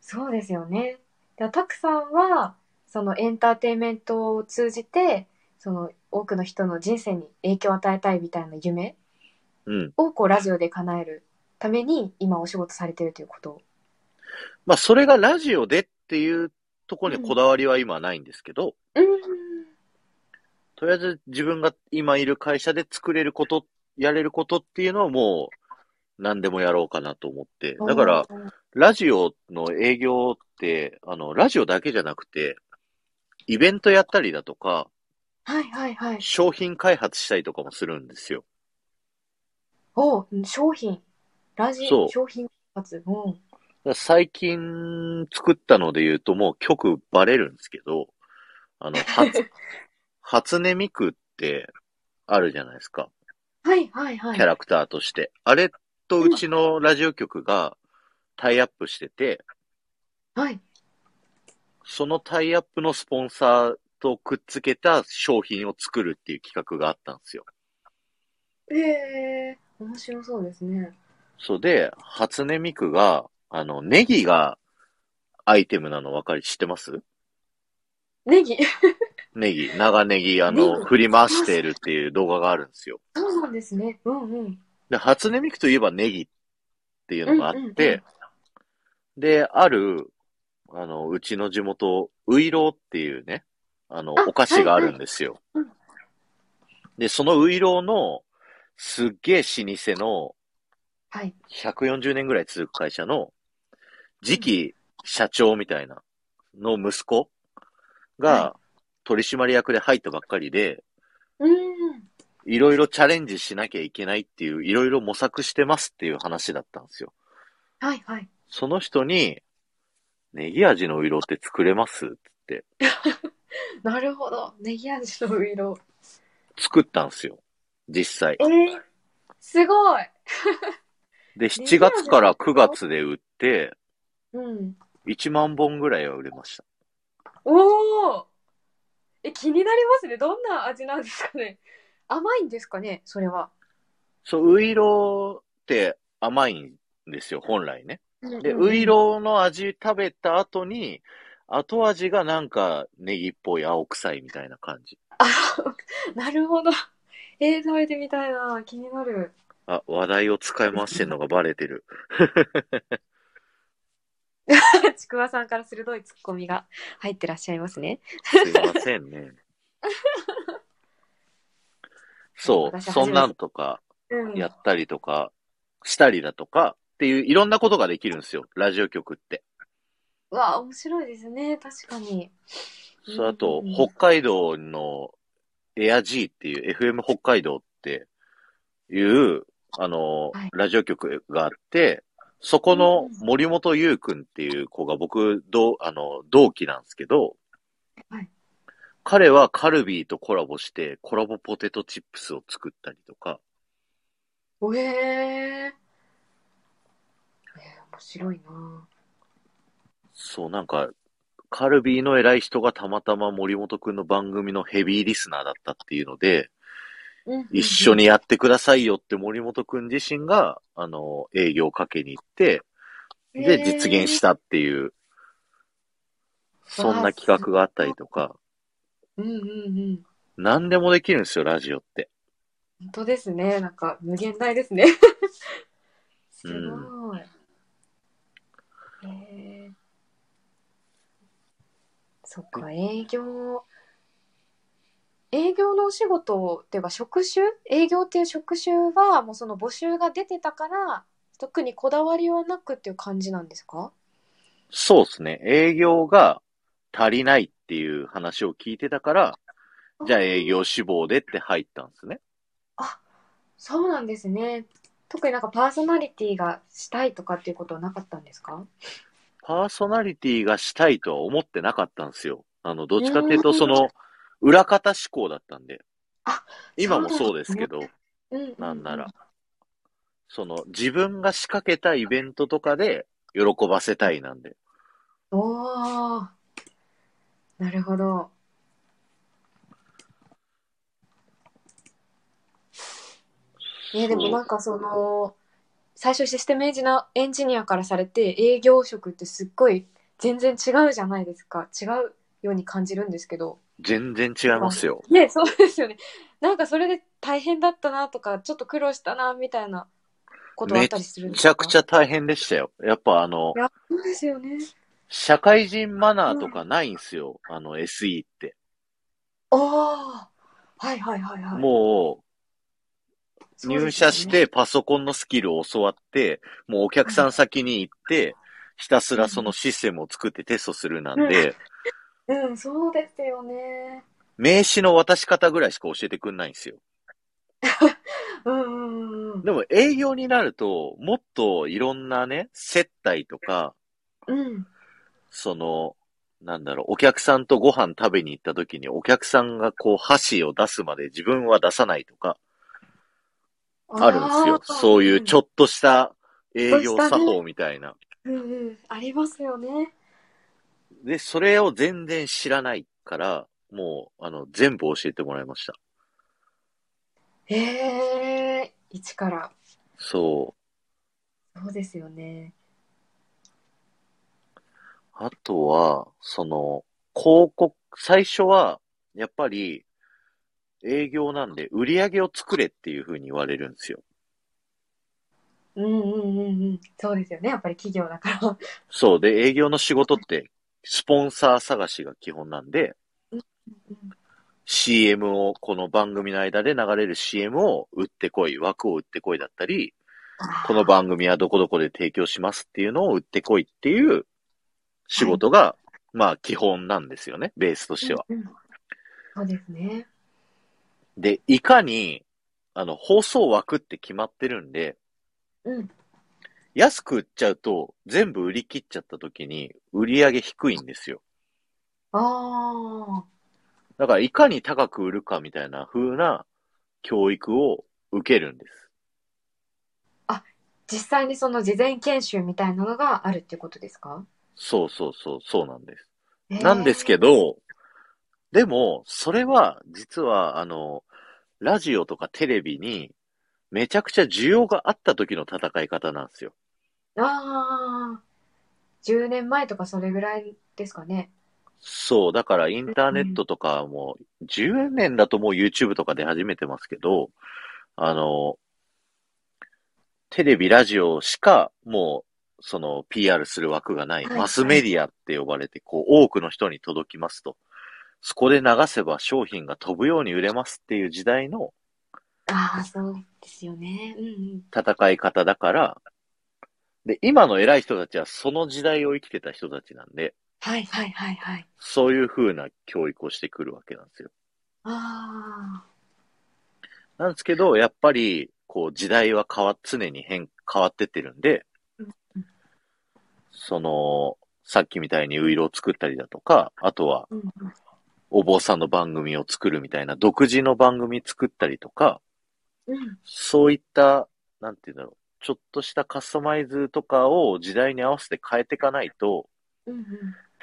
S2: そうですよね。じゃあ、たくさんは、そのエンターテインメントを通じて、その多くの人の人生に影響を与えたいみたいな夢
S1: うん。
S2: をこうラジオで叶えるために今お仕事されてるということ。
S1: まあ、それがラジオでっていうところにこだわりは今はないんですけど、
S2: うん。
S1: とりあえず自分が今いる会社で作れること、やれることっていうのはもう何でもやろうかなと思って。だから、
S2: うん、
S1: ラジオの営業って、あの、ラジオだけじゃなくて、イベントやったりだとか、
S2: はいはいはい。
S1: 商品開発したりとかもするんですよ。
S2: おううん商品。ラジ
S1: そう
S2: 商品開発。うん。
S1: だから最近作ったので言うともう曲バレるんですけど、あ
S2: (laughs)
S1: の、初、初音ミクってあるじゃないですか。
S2: はいはいはい。
S1: キャラクターとして。あれとうちのラジオ局がタイアップしてて、
S2: はい。
S1: そのタイアップのスポンサーとくっつけた商品を作るっていう企画があったんですよ。
S2: ええ面白そうですね。
S1: そうで、初音ミクが、あの、ネギがアイテムなの分かり、知ってます
S2: ネギ。 (laughs)
S1: ネギ、長ネギ、あ
S2: ネ
S1: の、
S2: ギ
S1: 振り回してるっていう動画があるんですよ。
S2: そうなんですね。うんうん。
S1: で、初音ミクといえばネギっていうのがあっ
S2: うんうん
S1: て、で、ある、あの、うちの地元、ういろうっていうね、あの
S2: あ、
S1: お菓子があるんですよ
S2: はいはいうん。
S1: で、そのういろうの、すっげえ老舗の、
S2: はい。
S1: 140年ぐらい続く会社の、次期社長みたいな、の息子が、取締役で入ったばっかりで、
S2: うん。
S1: いろいろチャレンジしなきゃいけないっていう、いろいろ模索してますっていう話だったんですよ。
S2: はいはい。
S1: その人に、ネギ味の色って作れます
S2: なるほど。ネギ味の色。
S1: 作ったんですよ。実際
S2: え。ー、すごい。
S1: で、7月から9月で売って、
S2: うん。
S1: 1万本ぐらいは売れました。
S2: おお。え、気になりますね。どんな味なんですかね。甘いんですかね、それは。
S1: そう、ウイローって甘いんですよ、本来ね。で、
S2: うんうん
S1: ウイローの味食べた後に、後味がなんかネギっぽい青臭いみたいな感じ。
S2: あ、 (laughs) なるほど。えー、食べてみたいな。気になる。
S1: あ、話題を使い回してんのがバレてる。
S2: ちくわさんから鋭いツッコミが入ってらっしゃいますね。
S1: すいません
S2: (laughs)
S1: ね。そう、
S2: 私
S1: そんなんとか
S2: うん
S1: やったりとか、したりだとかっていういろんなことができるんですよ、ラジオ局って。
S2: うわあ、面白いですね。確かに。
S1: そうあと
S2: うんうん、
S1: 北海道のエア G っていう FM 北海道っていう、あの
S2: はい、
S1: ラジオ局があって、そこの森本優くんっていう子が僕、同、あの、同期なんですけど
S2: はい、
S1: 彼はカルビーとコラボして、コラボポテトチップスを作ったりとか、
S2: おえー、えー面白いな。
S1: そう、なんか、カルビーの偉い人がたまたま森本くんの番組のヘビーリスナーだったっていうので、一緒
S2: に。
S1: にやってくださいよって森本くん自身が、あの、営業をかけに行って、
S2: へ
S1: で、
S2: ー
S1: 実現したっていう、そんな企画があったりとか、
S2: うんうんうん。
S1: 何でもできるんですよ、ラジオって。
S2: 本当ですね。なんか無限大で
S1: (laughs)
S2: すね。すごい。えーそっか、営業。営業のお仕事っていうか職種営業っていう職種はもうその募集が出てたから特にこだわりはなくっていう感じなんですか
S1: そうですね、営業が足りないっていう話を聞いてたから、じゃあ営業志望でって入ったんですね。
S2: そうなんですね。特になんかパーソナリティがしたいとかっていうことはなかったんですか
S1: パーソナリティがしたいとは思ってなかったんですよ。あの、どっちかっていうと、その、裏方志向だったんで
S2: あ。
S1: 今もそうですけど、
S2: うんうん
S1: なんなら。その、自分が仕掛けたイベントとかで、喜ばせたいなんで。
S2: おーなるほど。えでもなんかその最初システムエンジナエンジニアからされて営業職ってすっごい全然違うじゃないですか違うように感じるんですけど
S1: 全然違いますよ。
S2: ねそうですよねなんかそれで大変だったなとかちょっと苦労したなみたいなことはあったりするん
S1: め
S2: で
S1: ち
S2: すか
S1: ゃくち
S2: ゃ
S1: ゃ大変でしたよ。やっぱあの
S2: い、やそうですよね
S1: 社会人マナーとかないんすよ。あの、SE って。
S2: ああはいはいはいはい。
S1: もう、
S2: そう
S1: 入
S2: です
S1: 社
S2: よね
S1: してパソコンのスキルを教わって、もうお客さん先に行って、ひたすらそのシステムを作ってテストするなんで、
S2: うん、そうですよね。
S1: 名刺の渡し方ぐらいしか教えてくんないんですよ。
S2: うんうんうん
S1: でも営業になると、もっといろんなね、接待とか、
S2: うん。うん。
S1: その、なんだろう、お客さんとご飯食べに行った時にお客さんがこう箸を出すまで自分は出さないとか、あるんですよ。
S2: ー
S1: そういうちょっとした営業
S2: ちょっと
S1: 作
S2: した
S1: 法みたいな。
S2: うんうん。ありますよね。
S1: で、それを全然知らないから、もう、あの、全部教えてもらいました。
S2: へえ、一から。
S1: そ
S2: そうですよね。
S1: う。あとは、その、広告、最初は、やっぱり、営業なんで、売り上げを作れっていう風に言われるんですよ。
S2: うんうんうんうん。そうですよね。やっぱり企業だ
S1: (laughs)
S2: から。
S1: そう。で、営業の仕事って、スポンサー探しが基本なんで、CM を、この番組の間で流れる CM を売ってこい、枠を売ってこいだったり、この番組はどこどこで提供しますっていうのを売ってこいっていう仕事が、まあ基本なんですよね、ベースとしては。
S2: うんうんそうですね。
S1: で、いかに、あの、放送枠って決まってるんで、
S2: うん。
S1: 安く売っちゃうと、全部売り切っちゃった時に、売り上げ低いんですよ。
S2: あ
S1: だから、いかに高く売るかみたいな風な教育を受けるんです。
S2: あ。実際にその事前研修みたいなのがあるっていうことですか
S1: そうそうそう、そうなんです。
S2: へー
S1: なんですけど、でも、それは、実は、あの、ラジオとかテレビに、めちゃくちゃ需要があった時の戦い方なんですよ。
S2: ああ。10年前とかそれぐらいですかね。
S1: そう、だからインターネットとかも、10年だともう YouTube とかで始めてますけど、あの、テレビ、ラジオしか、もう、その PR する枠がない、
S2: はい
S1: マスメディアって呼ばれて、こう、多くの人に届きますと。そこで流せば商品が飛ぶように売れますっていう時代の
S2: ああ、そうですよね。うんうん。
S1: 戦い方だから、で、今の偉い人たちはその時代を生きてた人たちなんで、
S2: はいはいはいはい。
S1: そういう風な教育をしてくるわけなんですよ。
S2: あ
S1: なんですけど、やっぱり、こう、時代は変わ、常に変、変わってってるんで
S2: うん、
S1: その、さっきみたいにウイロを作ったりだとか、あとは
S2: あ。、うんうん
S1: お坊さんの番組を作るみたいな、独自の番組作ったりとか、
S2: うん。
S1: そういった、なんていうんだろう、ちょっとしたカスタマイズとかを時代に合わせて変えていかないと、
S2: うんうん。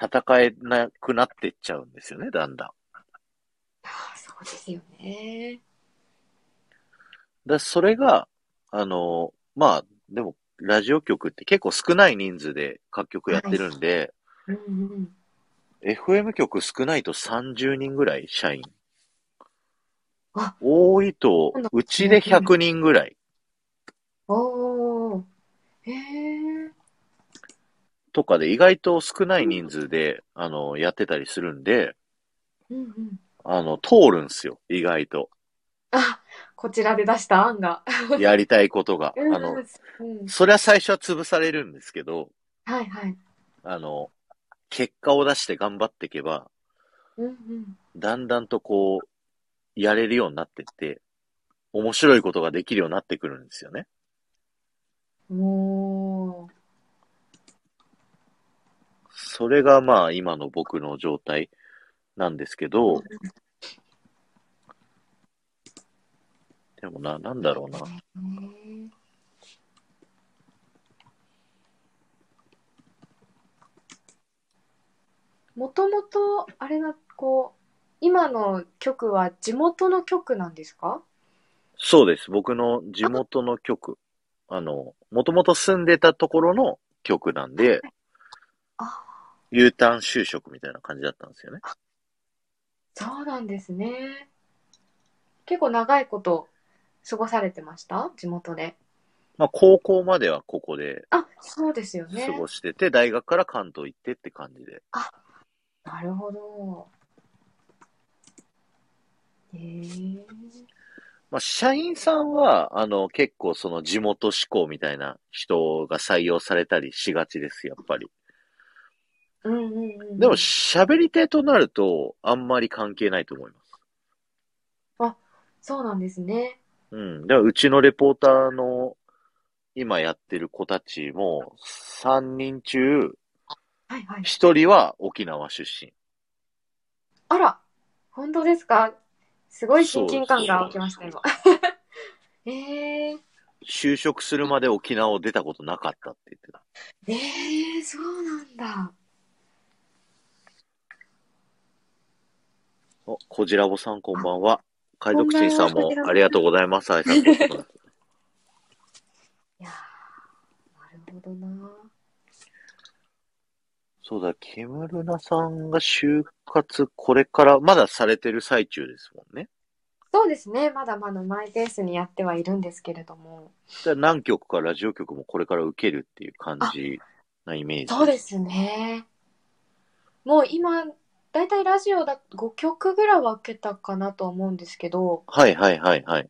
S1: 戦えなくなってっちゃうんですよね、だんだん。
S2: ああ、そうですよね。
S1: だそれが、あの、まあ、でも、ラジオ局って結構少ない人数で各局やってるんで、
S2: うんうん。
S1: FM 局少ないと30人ぐらい、社員
S2: あ。
S1: 多いと
S2: そうなん、
S1: うちで100人ぐらい
S2: おお。へえ。
S1: とかで、意外と少ない人数で、あの、やってたりするんで、
S2: うんうん。
S1: あの、通るんすよ、意外
S2: (laughs)
S1: と。
S2: あ、こちらで出した案が。
S1: やりたいことが。
S2: うん
S1: あの、
S2: うん。
S1: そりゃ最初は潰されるんですけど、
S2: はいはい。
S1: あの、結果を出して頑張っていけば、
S2: うんうん。
S1: だんだんとこう、やれるようになってって、面白いことができるようになってくるんですよね。
S2: おー
S1: それがまあ今の僕の状態なんですけど、でもな、なんだろうな。
S2: ねもともとあれだこう今の曲は地元の曲なんですか
S1: そうです。僕の地元の曲。あの、もともと住んでたところの曲なんで、
S2: あ
S1: U ターン就職みたいな感じだったんですよね。
S2: そうなんですね結構長いこと過ごされてました地元で
S1: まあ高校まではここで
S2: あそうですよね
S1: 過ごしてて、大学から関東行ってって感じで。
S2: なるほどへえ。
S1: まあ、社員さんは、あの、結構その地元志向みたいな人が採用されたりしがちです、やっぱり。
S2: うんうんうん。
S1: でも、喋り手となると、あんまり関係ないと思います。
S2: そうなんですね。
S1: うん。だからうちのレポーターの、今やってる子たちも、3人中、
S2: はいはい。
S1: 1人は沖縄出身。
S2: あら、本当ですかすごい親近感が起きました、今。 (laughs) えー、
S1: 就職するまで沖縄を出たことなかったって言ってた。
S2: えー、そうなんだ。
S1: お、こじらぼさんこんばんは。海賊神さんもありがとうございます。挨拶してください
S2: いやーなるほどな。
S1: そうだ、キムルナさんが就活これから、まだされてる最中ですもんね。
S2: そうですね、まだまだマイペースにやってはいるんですけれども。
S1: だから何曲かラジオ局もこれから受けるっていう感じなイメージ。
S2: そうですね。もう今、だいたいラジオだ5曲ぐらいは受けたかなと思うんですけど、
S1: はいはいはいはい。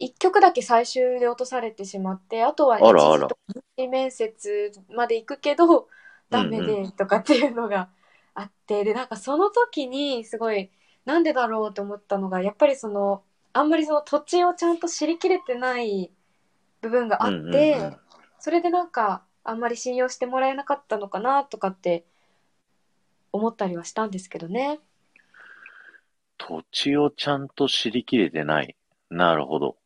S2: 1曲だけ最終で落とされてしまって、あと
S1: あ
S2: は
S1: らあら
S2: 一時と二次面接まで行くけど、ダメ
S1: うん
S2: でとかっていうのがあって、で、なんかその時にすごい、なんでだろうと思ったのが、やっぱりその、あんまりその土地をちゃんと知りきれてない部分があって、
S1: うんうんうん
S2: それでなんか、あんまり信用してもらえなかったのかなとかって思ったりはしたんですけどね。
S1: 土地をちゃんと知りきれてない。なるほど。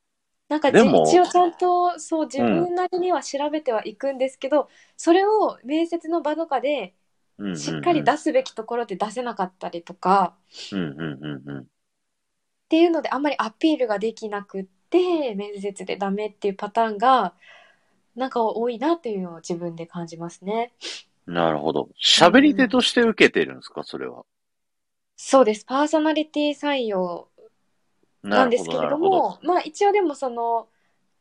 S2: なんかじ
S1: でも
S2: 一応ちゃんとそう自分なりには調べてはいくんですけど、それを面接の場とかで
S1: うんうんうん、
S2: しっかり出すべきところで出せなかったりとか、
S1: うんうんうんうん。
S2: っていうのであんまりアピールができなくって面接でダメっていうパターンがなんか多いなっていうのを自分で感じますね。
S1: なるほど。喋り手として受けてるんですか、それは。
S2: そうです。パーソナリティ採用
S1: な
S2: なん
S1: る
S2: で
S1: ほ
S2: す
S1: ど、
S2: けれ
S1: なる
S2: ど
S1: ほど。
S2: も、まあ一応でもその、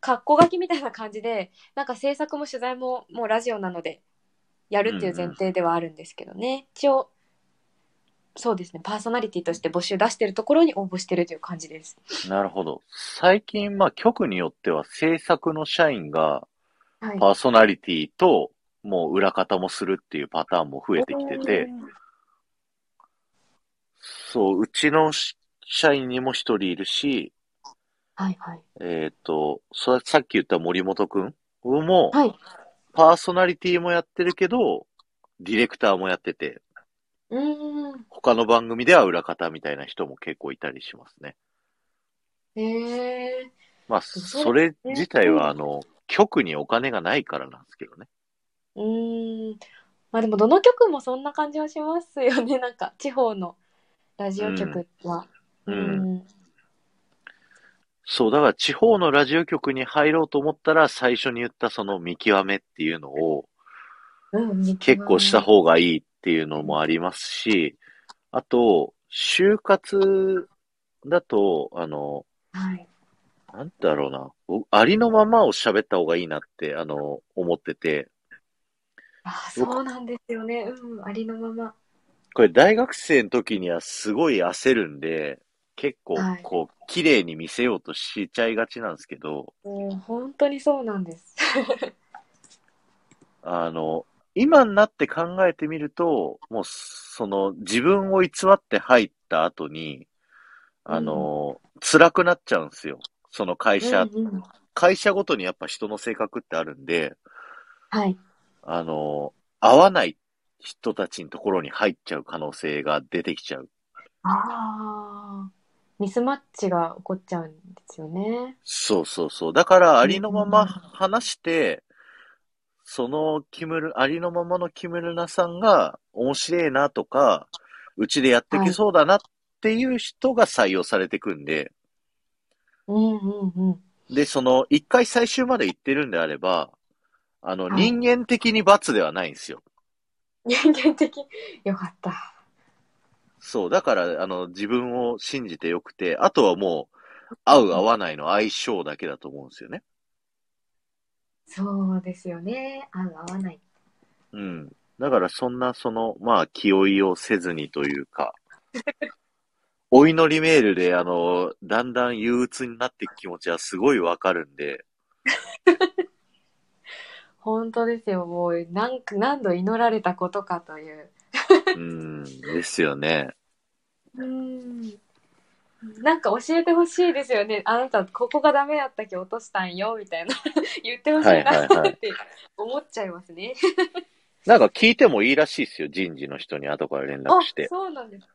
S2: 格好書きみたいな感じで、なんか制作も取材ももうラジオなので、やるっていう前提ではあるんですけどね。一応、そうですね、パーソナリティとして募集出してるところに応募してるという感じです。
S1: なるほど。最近、まあ、局によっては制作の社員が
S2: はい。
S1: パーソナリティと、もう裏方もするっていうパターンも増えてきてて、そう、うちのし社員にも一人いるし、
S2: はいはい。
S1: えっ、と、それさっき言った森本くんも、
S2: はい。
S1: パーソナリティもやってるけど、ディレクターもやってて、
S2: うーん。
S1: 他の番組では裏方みたいな人も結構いたりしますね。
S2: へえ。
S1: まあ、
S2: そう
S1: それ自体は、あ
S2: う
S1: の、局にお金がないからなんですけどね。
S2: うーん。まあでもどの曲もそんな感じはしますよね。 (laughs) なんか地方のラジオ局は。
S1: うん
S2: ん。
S1: そう、だから地方のラジオ局に入ろうと思ったら、最初に言ったその見極めっていうのを
S2: うん。
S1: 結構した方がいいっていうのもありますし、あと、就活だと、あの、
S2: はい。
S1: なんだろうな、僕ありのままを喋った方がいいなって、あの、思ってて、
S2: ああ、そうなんですよね。うん、ありのまま。
S1: これ大学生の時にはすごい焦るんで、結構
S2: はい
S1: こう、綺麗に見せようとしちゃいがちなんですけど、
S2: もう本当にそうなんです。
S1: あの、今になって考えてみると、もうその自分を偽って入った後に、あの、辛くなっちゃうんですよ。その会社、
S2: うんうん
S1: 会社ごとにやっぱ人の性格ってあるんで、
S2: はい。
S1: あの、合わない人たちのところに入っちゃう可能性が出てきちゃう。
S2: ああ。ミスマッチが起こっちゃうんですよね。
S1: そうそうそう。だから、ありのまま
S2: うん
S1: 話して、その、キムル、ありのままのキムルナさんが面白いなとか、うちでやってきそうだなっていう人が採用されてくんで、
S2: うんうんうん。
S1: で、その、一回最終まで行ってるんであれば、あの、
S2: はい
S1: 人間的に罰ではないんですよ。
S2: 人間的。よかった。
S1: そう、だから、あの、自分を信じてよくて、あとはもう、合う合わないの相性だけだと思うんですよね。
S2: そうですよね。合う合わない。
S1: うん。だからそんな、その、まあ、気負いをせずにというか、お祈りメールで、あの、だんだん憂鬱になっていく気持ちはすごいわかるんで、
S2: 本当ですよ。もう何く何度祈られたことかという。
S1: うん、ですよね。
S2: うん。なんか教えてほしいですよね。あなたここがダメだったけど落としたんよみたいな言ってほしいな
S1: はいはいはい
S2: って思っちゃいますね。
S1: なんか聞いてもいいらしいですよ、人事の人に後から連絡して
S2: あ、。そうなんです。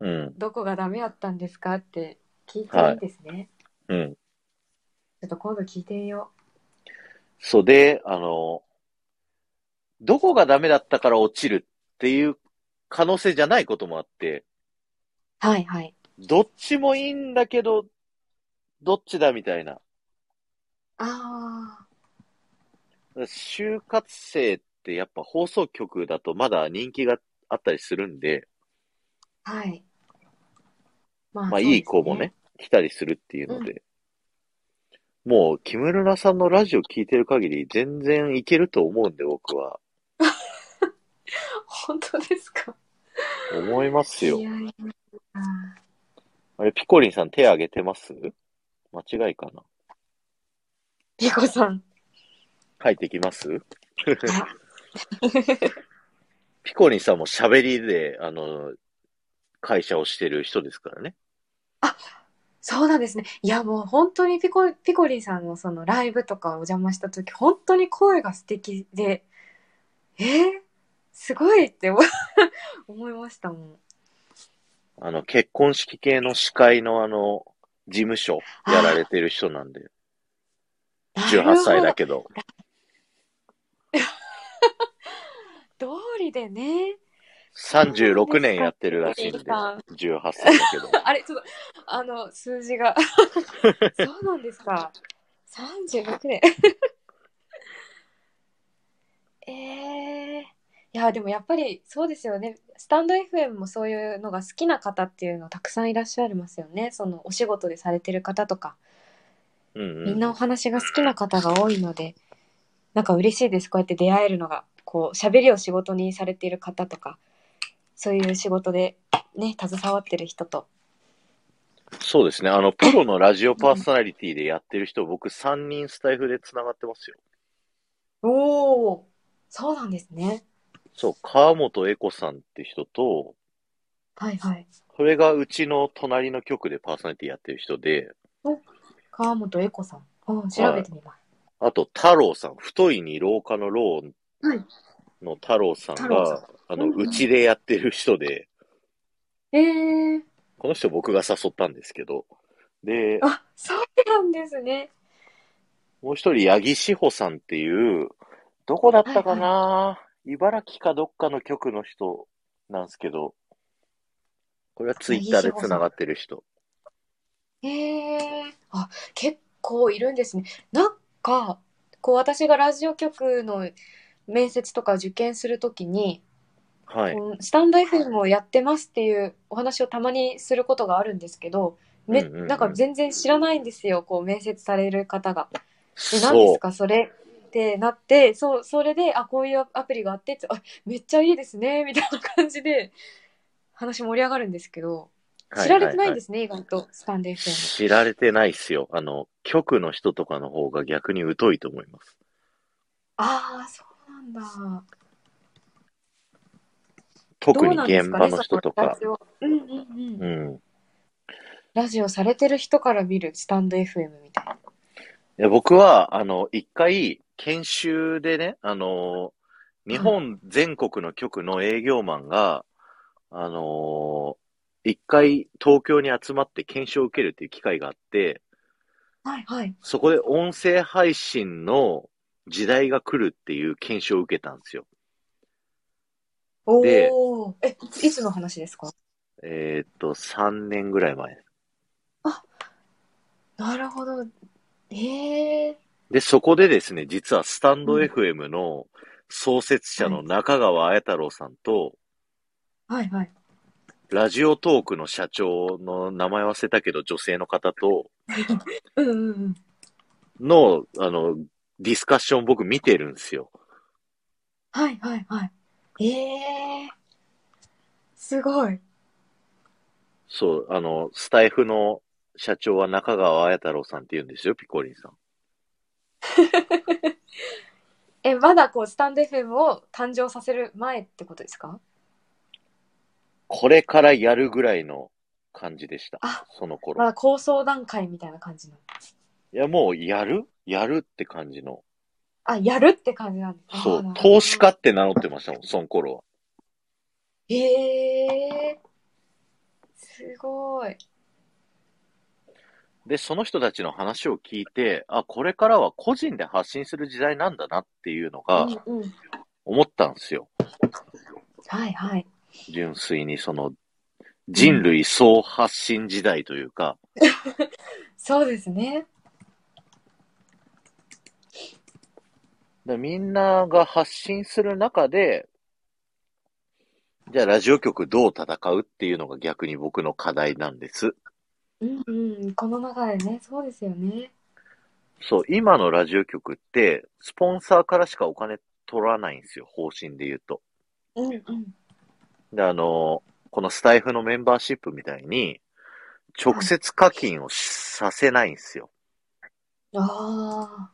S1: うん、
S2: どこがダメだったんですかって聞いて
S1: はい
S2: いいですね。
S1: うん。
S2: ちょっと今度聞いてみよ
S1: そうで、あの、どこがダメだったから落ちるっていう可能性じゃないこともあって、
S2: う。はいはい。
S1: どっちもいいんだけど、どっちだみたいな。
S2: あ
S1: 就活生ってやっぱ放送局だとまだ人気があったりするんで、
S2: あ、はい。まあ
S1: まあ
S2: そうです
S1: いい子もね、来たりするっていうので、もう、木村さんのラジオ聞いてる限り全然いけると思うんで僕は、
S2: (laughs) 本当ですか。
S1: 思います
S2: い
S1: よ。
S2: やいや
S1: あれ、ピコリンさん手挙げてます間違いかな
S2: ピコさん。
S1: 書いてきます
S2: あ
S1: (laughs) ピコリンさんも喋りで、あの、会社をしてる人ですからね。
S2: そうなんですね。いやもう本当にピコピコリンさんのそのライブとかお邪魔した時本当に声が素敵でえー、すごいって思 (laughs) 思いましたもん。
S1: あの、結婚式系の司会のあの、事務所やられてる人なんで、18歳だ
S2: け
S1: けど。
S2: ど。通りでね。
S1: 36年やってるらしいんで
S2: ピコリンさん、
S1: 18歳
S2: (laughs)
S1: だけど。
S2: あれちょっとあの数字
S1: (laughs)
S2: がそうなんですか。三十六年。 (laughs) ええいやでもやっぱりそうですよね。スタンド FM もそういうのが好きな方っていうのたくさんいらっしゃいますよね。そのお仕事でされてる方とか、
S1: うん
S2: みん
S1: う
S2: なお話が好きな方が多いので、なんか嬉しいです。こうやって出会えるのが、こう喋りを仕事にされている方とか、そういう仕事でね携わってる人と。
S1: そうですね。あの、プロのラジオパーソナリティでやってる人、僕3人スタイフで繋がってますよ。
S2: おお、そうなんですね。
S1: そう、川本恵子さんって人と、
S2: はいはい。
S1: それがうちの隣の局でパーソナリティやってる人で、
S2: 川本恵子さん。うん、調べてみます。
S1: あと、太郎さん、太いに廊下の老
S2: はい
S1: の太郎さん
S2: 太郎さ
S1: が、あ
S2: う
S1: の、
S2: んうん
S1: うちでやってる人で、
S2: ええー、
S1: この人僕が誘ったんですけど、で、
S2: あ、そうなんですね。
S1: もう一人、八木志保さんっていう、どこだったかな、茨城かどっかの局の人なんですけど、これはツイッターで繋がってる人。
S2: ええー、あ、結構いるんですね。なんか、こう私がラジオ局の面接とか受験するときに、
S1: はい。
S2: こうスタンド FM をやってますっていうお話をたまにすることがあるんですけど、め、
S1: うんうんうん
S2: なんか全然知らないんですよ、こう面接される方が。え、何で
S1: そ
S2: すかそれってなって、そう、それで、あ、こういうアプリがあってって、あ、めっちゃいいですね、みたいな感じで、話盛り上がるんですけど、
S1: う。。
S2: 知られてないんですすね、意外と、スタンデー FM。
S1: 知られてないっすよ。あの、局の人とかの方が逆に疎いと思います。
S2: ああ、そうなんだ。
S1: 特に
S2: どうなんです
S1: 現
S2: か
S1: 場
S2: ね
S1: の人と
S2: その
S1: か。
S2: ラジオうんうんう。
S1: うんん。い
S2: ラジオされてる人から見るスタンド FM みたいな。
S1: や僕は、あの、一回、研修でね、あの、日本全国の局の営業マンが、あの、一回東京に集まって研修を受けるっていう機会があって、
S2: はいはい。
S1: そこで音声配信の時代が来るっていう研修を受けたんですよ。
S2: お
S1: で
S2: お。え、いついつの話ですか
S1: えーっと、3年ぐらい前。
S2: なるほど。ええ。
S1: で、そこでですね、実はスタンド
S2: うん
S1: FM の創設者の中川綾太郎さんと、
S2: はいはい。
S1: ラジオトークの社長の名前忘れたけど、女性の方と
S2: うんうんうん。
S1: の、あの、ディスカッション僕見てるんですよ。
S2: はいはいはい。ええー、すごい。
S1: そう、あの、スタイフの社長は中川綾太郎さんって言うんですよ、ピコリンさん。
S2: え、まだこう、スタンド FM を誕生させる前ってことですか
S1: これからやるぐらいの感じでした
S2: あ、
S1: その頃
S2: ま。だ構想段階みたいな感じ
S1: い
S2: の。
S1: や、もうやるやるって感じの。
S2: あ、やるって感じなんです
S1: そう、投資家って名乗ってましたもん、その頃は。
S2: へえー、すごい。
S1: で、その人たちの話を聞いて、あ、これからは個人で発信する時代なんだなっていうのが
S2: うんうん、
S1: 思ったんですよ。
S2: はいはい。
S1: 純粋にその人類総発信時代というか、
S2: そうですね。
S1: でみんなが発信する中で、じゃあラジオ局どう戦うっていうのが逆に僕の課題なんです。
S2: うんうん、この中でね、そうですよね。
S1: そう、今のラジオ局って、スポンサーからしかお金取らないんですよ、方針で言うと。
S2: うんうん。
S1: で、あの、このスタイフのメンバーシップみたいに、直接課金をしさせないんですよ。
S2: ああ、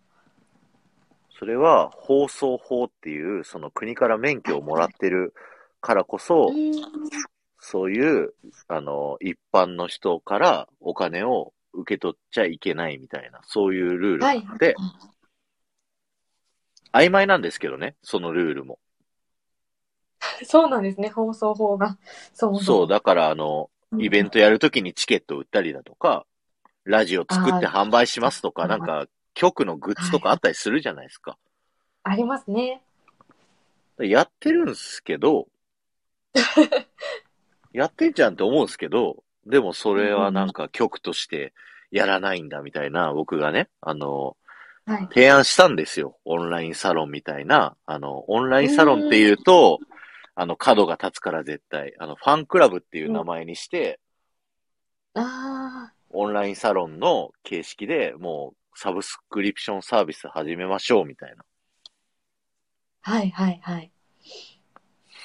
S1: それは放送法っていう、その国から免許をもらってるからこそ、
S2: うん、
S1: そういう、あの、一般の人からお金を受け取っちゃいけないみたいな、そういうルールが
S2: は
S1: あ
S2: い
S1: っ。て、曖昧なんですけどね、そのルールも。
S2: そうなんですね、放送法が。そも
S1: そ、
S2: そう
S1: だから、あの、
S2: う
S1: イベン
S2: ト。
S1: トやるときにチケットを売ったりだとか、ラジオ作って販売しますと
S2: あ
S1: か、
S2: ー
S1: なんか、局のグッズとかあったりするじゃないですか。
S2: ありますね。
S1: やってるんですけど、やってんじゃんって思うんですけど、でもそれはなんか局としてやらないんだみたいな、僕がね、あの、
S2: はい。
S1: 提案したんですよ。オンラインサロンみたいな。あの、オンラインサロンっていうと、あの、角が立つから絶対、あの、ファンクラブっていう名前にして、
S2: ああ、
S1: オンラインサロンの形式でもう、サブスクリプションサービス始めましょうみたいな。
S2: はいはいはい。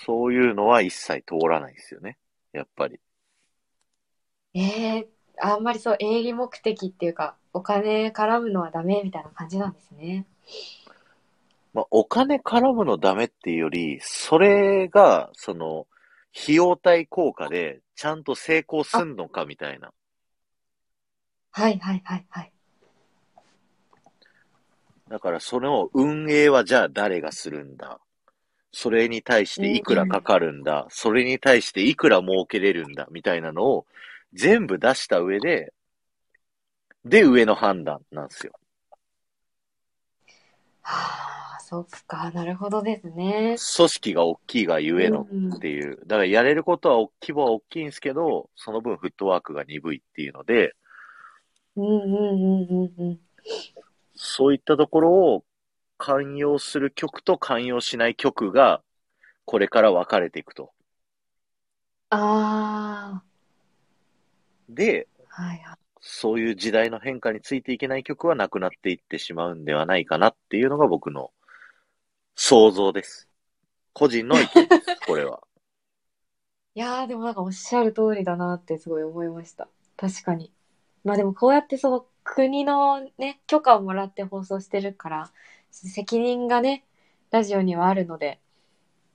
S1: そういうのは一切通らないですよね。やっぱり。
S2: ええあんまりそう、営利目的っていうか、お金絡むのはダメみたいな感じなんですね。
S1: まあ、お金絡むのダメっていうより、それが、その、費用対効果で、ちゃんと成功すんのかみたいな。
S2: はいはいはいはい。
S1: だからその運営はじゃあ誰がするんだそれに対していくらかかるんだそれに対していくら儲けれるんだみたいなのを全部出した上で、で上の判断なんですよ。
S2: はあ、そっか、なるほどですね。
S1: 組織が大きいがゆえの
S2: うん
S1: っていう。だからやれることは大規模は大きいんですけど、その分フットワークが鈍いっていうので、
S2: うんうんうんうんうん。
S1: そういったところを寛容する局と寛容しない局がこれから分かれていくと。
S2: あ
S1: で、
S2: あ、はいはい。
S1: そういう時代の変化についていけない曲はなくなっていってしまうんではないかなっていうのが僕の想像です。個人の意見です、これは。
S2: いやーでもなんかおっしゃる通りだなってすごい思いました。確かに。まあでもこうやってその国のね、許可をもらって放送してるから、責任がね、ラジオにはあるので、 (laughs)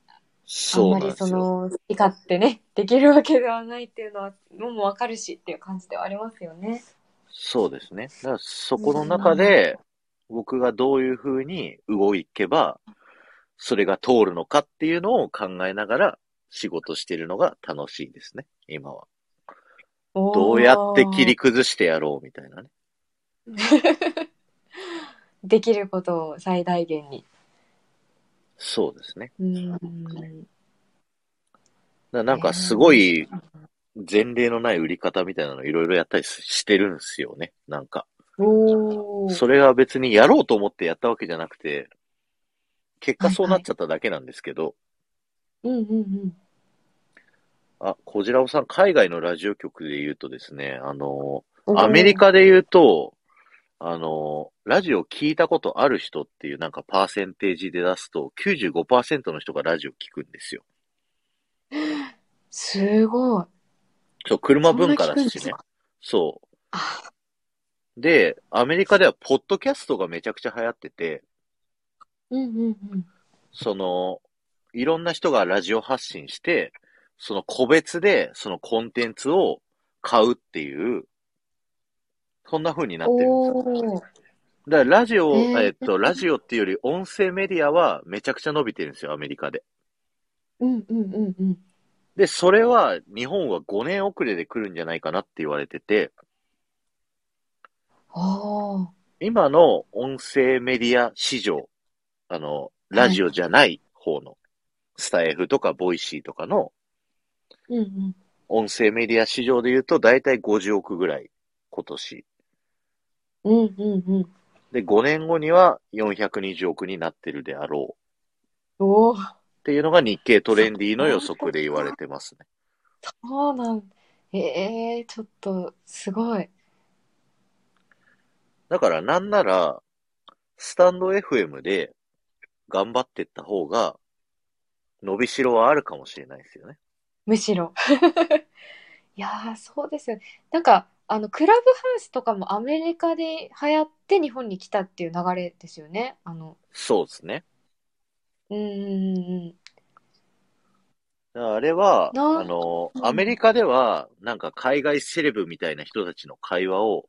S2: あん
S1: そう
S2: ま
S1: なん
S2: り
S1: で
S2: そ
S1: すよ。
S2: の、好き勝手ね、 (laughs) できるわけではないっていうのは、もうわかるしっていう感じではありますよね。
S1: そうですね。だからそこの中で僕がどういうふうに動いけばそれが通るのかっていうのを考えながら仕事してるのが楽しいですね、今は。ど
S2: ど
S1: うやって切
S2: (laughs)
S1: り崩してやろうみたいなね。
S2: できることを最大限に。
S1: そうですね。
S2: うん。
S1: だからなんかすごい前例のない売り方みたいなのいろいろやったりししてるんですよね。なんか。
S2: おー
S1: それが別にやろうと思ってやったわけじゃなくて、結果そうなっちゃっただけなんですけど、
S2: うんうんうん。
S1: あ、こじらおさん、海外のラジオ局で言うとですね、あの、アメリカで言うと、あの、ラジオ聞いたことある人っていうなんかパーセンテージで出すと、95%の人がラジオ聞くんですよ。
S2: すごい。
S1: そう、車文化
S2: そんな聞く
S1: だ
S2: んです
S1: しね
S2: か。
S1: そ
S2: あ
S1: う。で、アメリカではポッドキャストがめちゃくちゃ流行ってて、
S2: うんうんうん。
S1: その、いろんな人がラジオ発信して、その個別でそのコンテンツを買うっていう、そんな風になってるんですよ。
S2: お
S1: だ
S2: ー
S1: からラジオ、
S2: へー
S1: えっと、ラジオっていうより音声メディアはめちゃくちゃ伸びてるんですよ、アメリカで。
S2: うんうんうんうん。
S1: で、それは日本は5年遅れで来るんじゃないかなって言われてて、
S2: あ
S1: 今の音声メディア市場、あの、ラジオじゃない方の、スタイフとかボイシーとかの
S2: ーうんうん。
S1: 音声メディア市場で言うと、だいたい50億ぐらい、今年。
S2: うんうんうん。
S1: で、5年後には420億になってるであろう。
S2: おお。
S1: っていうのが日経トレンディの予測で言われてますね。
S2: そうなん。ええー、ちょっと、すごい。
S1: だからなんなら、スタンド FM で頑張ってった方が、伸びしろはあるかもしれないですよね。
S2: むしろ。 (laughs) いやー、そうですよ。なんか、あの、クラブハウスとかもアメリカで流行って日本に来たっていう流れですよね。あの、
S1: そうですね。
S2: うんうんうん。
S1: あれは、
S2: な
S1: あの
S2: う、ん
S1: アメリカでは、なんか海外セレブみたいな人たちの会話を、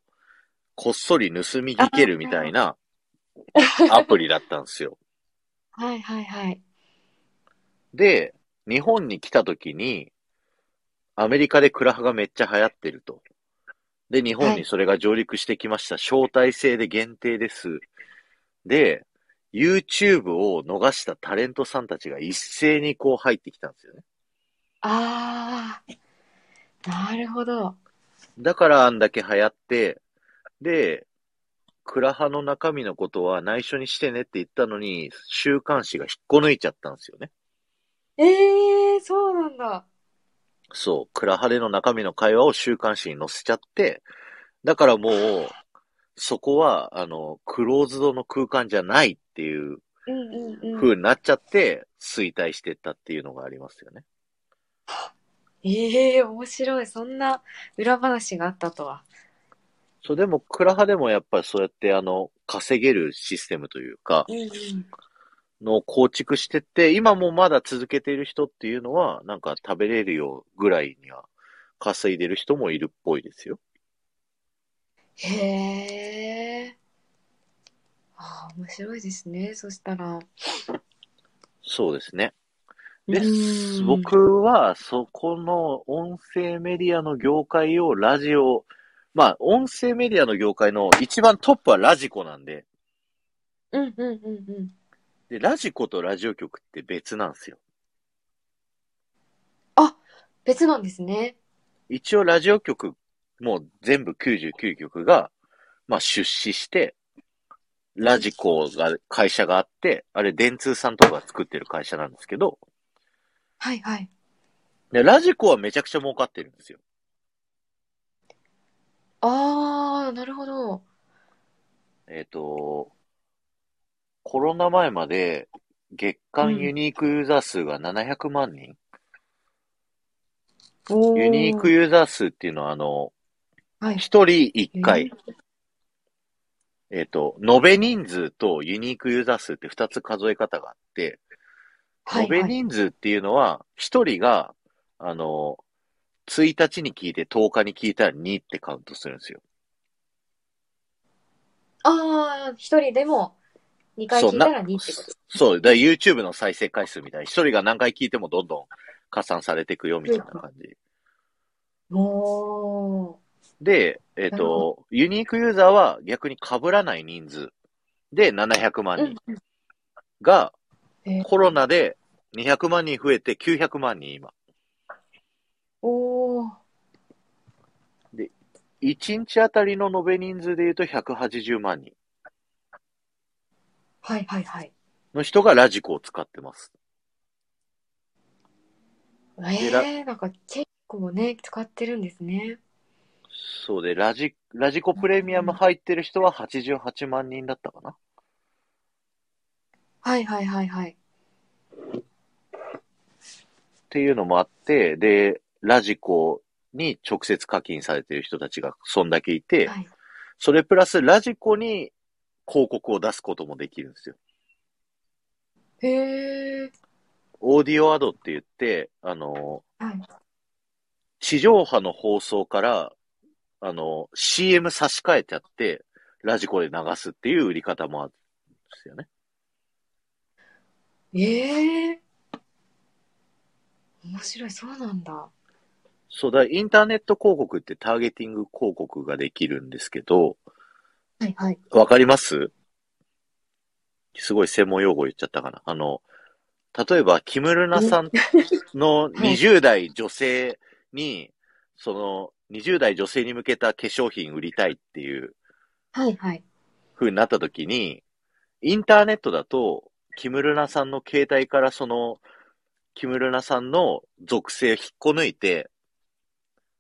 S1: こっそり盗み聞けるみたいなアプリだったんですよ。
S2: はいはいはい。
S1: で、日本に来た時に、アメリカでクラハがめっちゃ流行ってると。で、日本
S2: は
S1: に
S2: い
S1: それが上陸してきました。招待制で限定です。で、YouTube を逃したタレントさんたちが一斉にこう入ってきたんですよね。
S2: ああ、なるほど。
S1: だからあんだけ流行って、で、クラハの中身のことは内緒にしてねって言ったのに、週刊誌が引っこ抜いちゃったんですよね。
S2: ええー、そうなんだ。
S1: そう、クラハでの中身の会話を週刊誌に載せちゃって、だからもう、そこは、あの、クローズドの空間じゃないっていう
S2: うんうんうん。
S1: 風になっちゃって、衰退してったっていうのがありますよね。
S2: ええー、面白い。そんな裏話があったとは。
S1: そう、でも、クラハでもやっぱりそうやって、あの、稼げるシステムというか、
S2: うんうん。
S1: の構築してって、今もまだ続けている人っていうのは、なんか食べれるよぐらいには稼いでる人もいるっぽいですよ。
S2: へえ。ああ、面白いですね。そしたら。
S1: そうですね。
S2: う
S1: で
S2: ー、ん
S1: 僕はそこの音声メディアの業界をラジオ、まあ音声メディアの業界の一番トップはラジコなんで、
S2: うんうんうんうん。
S1: で、ラジコとラジオ局って別なんですよ。
S2: 別なんですね。
S1: 一応ラジオ局もう全部99局が、まあ出資して、ラジコが、会社があって、あれ電通さんとかが作ってる会社なんですけど、
S2: はいはい。
S1: でラジコはめちゃくちゃ儲かってるんですよ。
S2: ああ、なるほど。
S1: えっ、と、コロナ前まで月間ユニークユーザー数が700万人、
S2: おー
S1: ユニークユーザー数っていうのはあの、
S2: はい。
S1: 一人一
S2: ユニ
S1: 回、えっ、と、延べ人数とユニークユーザー数って二つ数え方があって、
S2: はい
S1: 延べ
S2: はい。
S1: 人数っていうのは、一人が、あの、1日に聞いて10日に聞いたら2ってカウントするんですよ。
S2: ああ、一人でも二回聞いたら二ってこと。
S1: そう、だから YouTube の再生回数みたいな、一人が何回聞いてもどんどん加算されていくよみたいな感じ。
S2: おー。
S1: で、えっ、
S2: なるほ
S1: と、ユニークユーザーは逆に被らない人数で700万人
S2: うん
S1: が
S2: えー、
S1: コロナで200万人増えて900万人今。
S2: おー。
S1: 1日あたりの延べ人数で言うと180万人
S2: はいはいはい。
S1: の人がラジコを使ってます。
S2: え
S1: ら
S2: えー、なんか結構ね、使ってるんですね。
S1: そうで、ラジ、ラジコプレミアム入ってる人は88万人だったかな。
S2: はいはいはいはい。
S1: っていうのもあって、で、ラジコに直接課金されてる人たちがそんだけいて、
S2: はい。
S1: それプラスラジコに広告を出すこともできるんですよ。
S2: へえ。
S1: オーディオアドって言って、あの、
S2: はい。
S1: 地上波の放送から、あの、CM 差し替えてあって、ラジコで流すっていう売り方もあるんですよね。
S2: ええ面白い、そうなんだ。
S1: そうだ、インターネット広告ってターゲティング広告ができるんですけど、
S2: はいはい。
S1: わかりますすごい専門用語言っちゃったかな。あの、例えば、キムルナさんの20代女性に、その、20代女性に向けた化粧品売りたいっていう
S2: はいはい。
S1: 風になった時に、インターネットだと、キムルナさんの携帯からその、キムルナさんの属性を引っこ抜いて、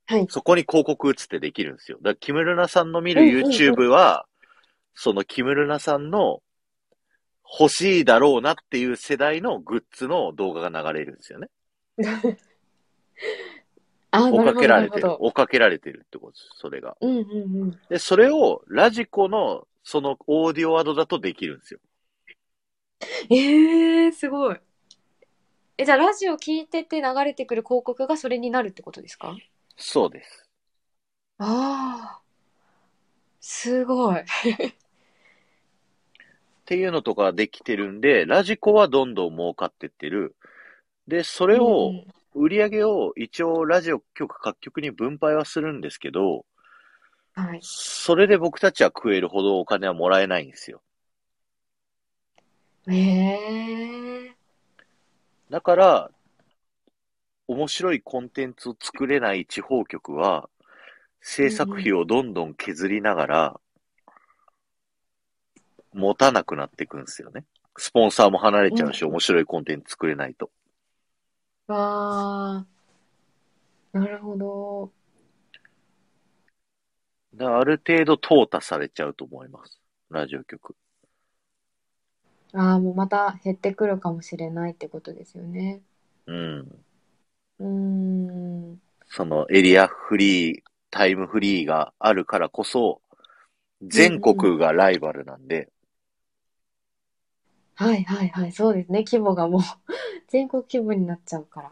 S2: はい
S1: そこに広告打つってできるんですよ。だから、キムルナさんの見る YouTube は、そのキムルナさんの欲しいだろうなっていう世代のグッズの動画が流れるんですよね。
S2: ああ、
S1: 追
S2: な
S1: っ
S2: る
S1: か
S2: ほ
S1: け
S2: ど、
S1: ら
S2: な
S1: れ
S2: るほ
S1: てる。
S2: ど。
S1: 追っかけられてるってことです。それが。
S2: うんうんうん。
S1: で、それをラジコのそのオーディオアドだとできるんですよ。
S2: ええすごい。え、じゃあラジオ聞いてて流れてくる広告がそれになるってことですか
S1: そうです。
S2: ああ、すごい。
S1: っていうのとかできてるんで、ラジコはどんどん儲かってってる。で、それを、
S2: うん
S1: 売り上げを一応ラジオ局各局に分配はするんですけど、
S2: はい。
S1: それで僕たちは食えるほどお金はもらえないんですよ。
S2: ええ
S1: だから、面白いコンテンツを作れない地方局は、制作費をどんどん削りながら、持たなくなっていくんですよね。スポンサーも離れちゃうし、面白いコンテンツ作れないと。
S2: わあ、なるほど。
S1: だからある程度淘汰されちゃうと思います。ラジオ局。
S2: ああ、もうまた減ってくるかもしれないってことですよね。
S1: うん。
S2: うーん。
S1: そのエリアフリー、タイムフリーがあるからこそ、全国がライバルなんで、
S2: はいはいはい、そうですね。規模がもう (laughs) 全国規模になっちゃうから。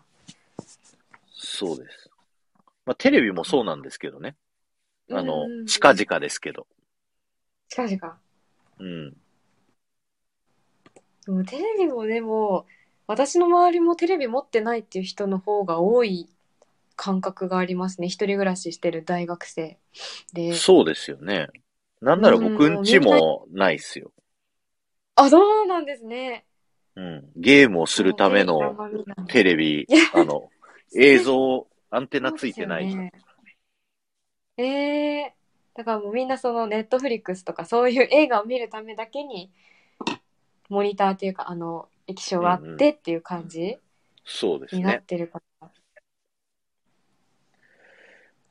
S1: そうです。まあ、テレビもそうなんですけどね。あの
S2: うんうんう、ん
S1: 近々ですけど。
S2: 近々。
S1: うん。
S2: でもテレビもね、もう、私の周りもテレビ持ってないっていう人の方が多い感覚がありますね。一人暮らししてる大学生で。
S1: そうですよね。なんなら僕んちもないっすよ。
S2: あ、そうなんですね。
S1: うん。ゲームをするため
S2: あん
S1: の
S2: ま見ない
S1: テレビ、 (laughs) あの、映像、アンテナついてない。
S2: そうですよねええだからもうみんなそのネットフリックスとかそういう映画を見るためだけにモニターっていうかあの液晶があってっていう感じ
S1: そうです
S2: にな
S1: ね
S2: っ。てるから、
S1: だか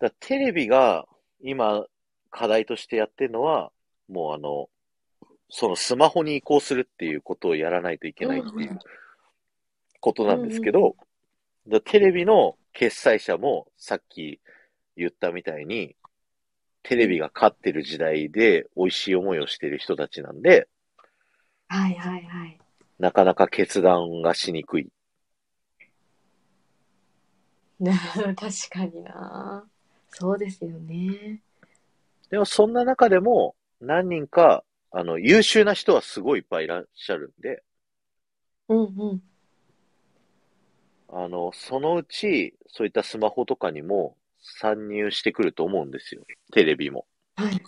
S1: らテレビが今課題としてやってるのは、もうあの、そのスマホに移行するっていうことをやらないといけないってい
S2: うんう
S1: うことなんですけど、だからテレビの決済者もさっき言ったみたいに、テレビが勝ってる時代で美味しい思いをしてる人たちなんで、
S2: はいはいはい
S1: なかなか決断がしにくい。
S2: な (laughs) 確かになそうですよね
S1: でもそんな中でも何人か、あの、優秀な人はすごいいっぱいいらっしゃるんで、
S2: うんうん
S1: あの、そのうち、そういったスマホとかにも参入してくると思うんですよ。テレビも。
S2: はい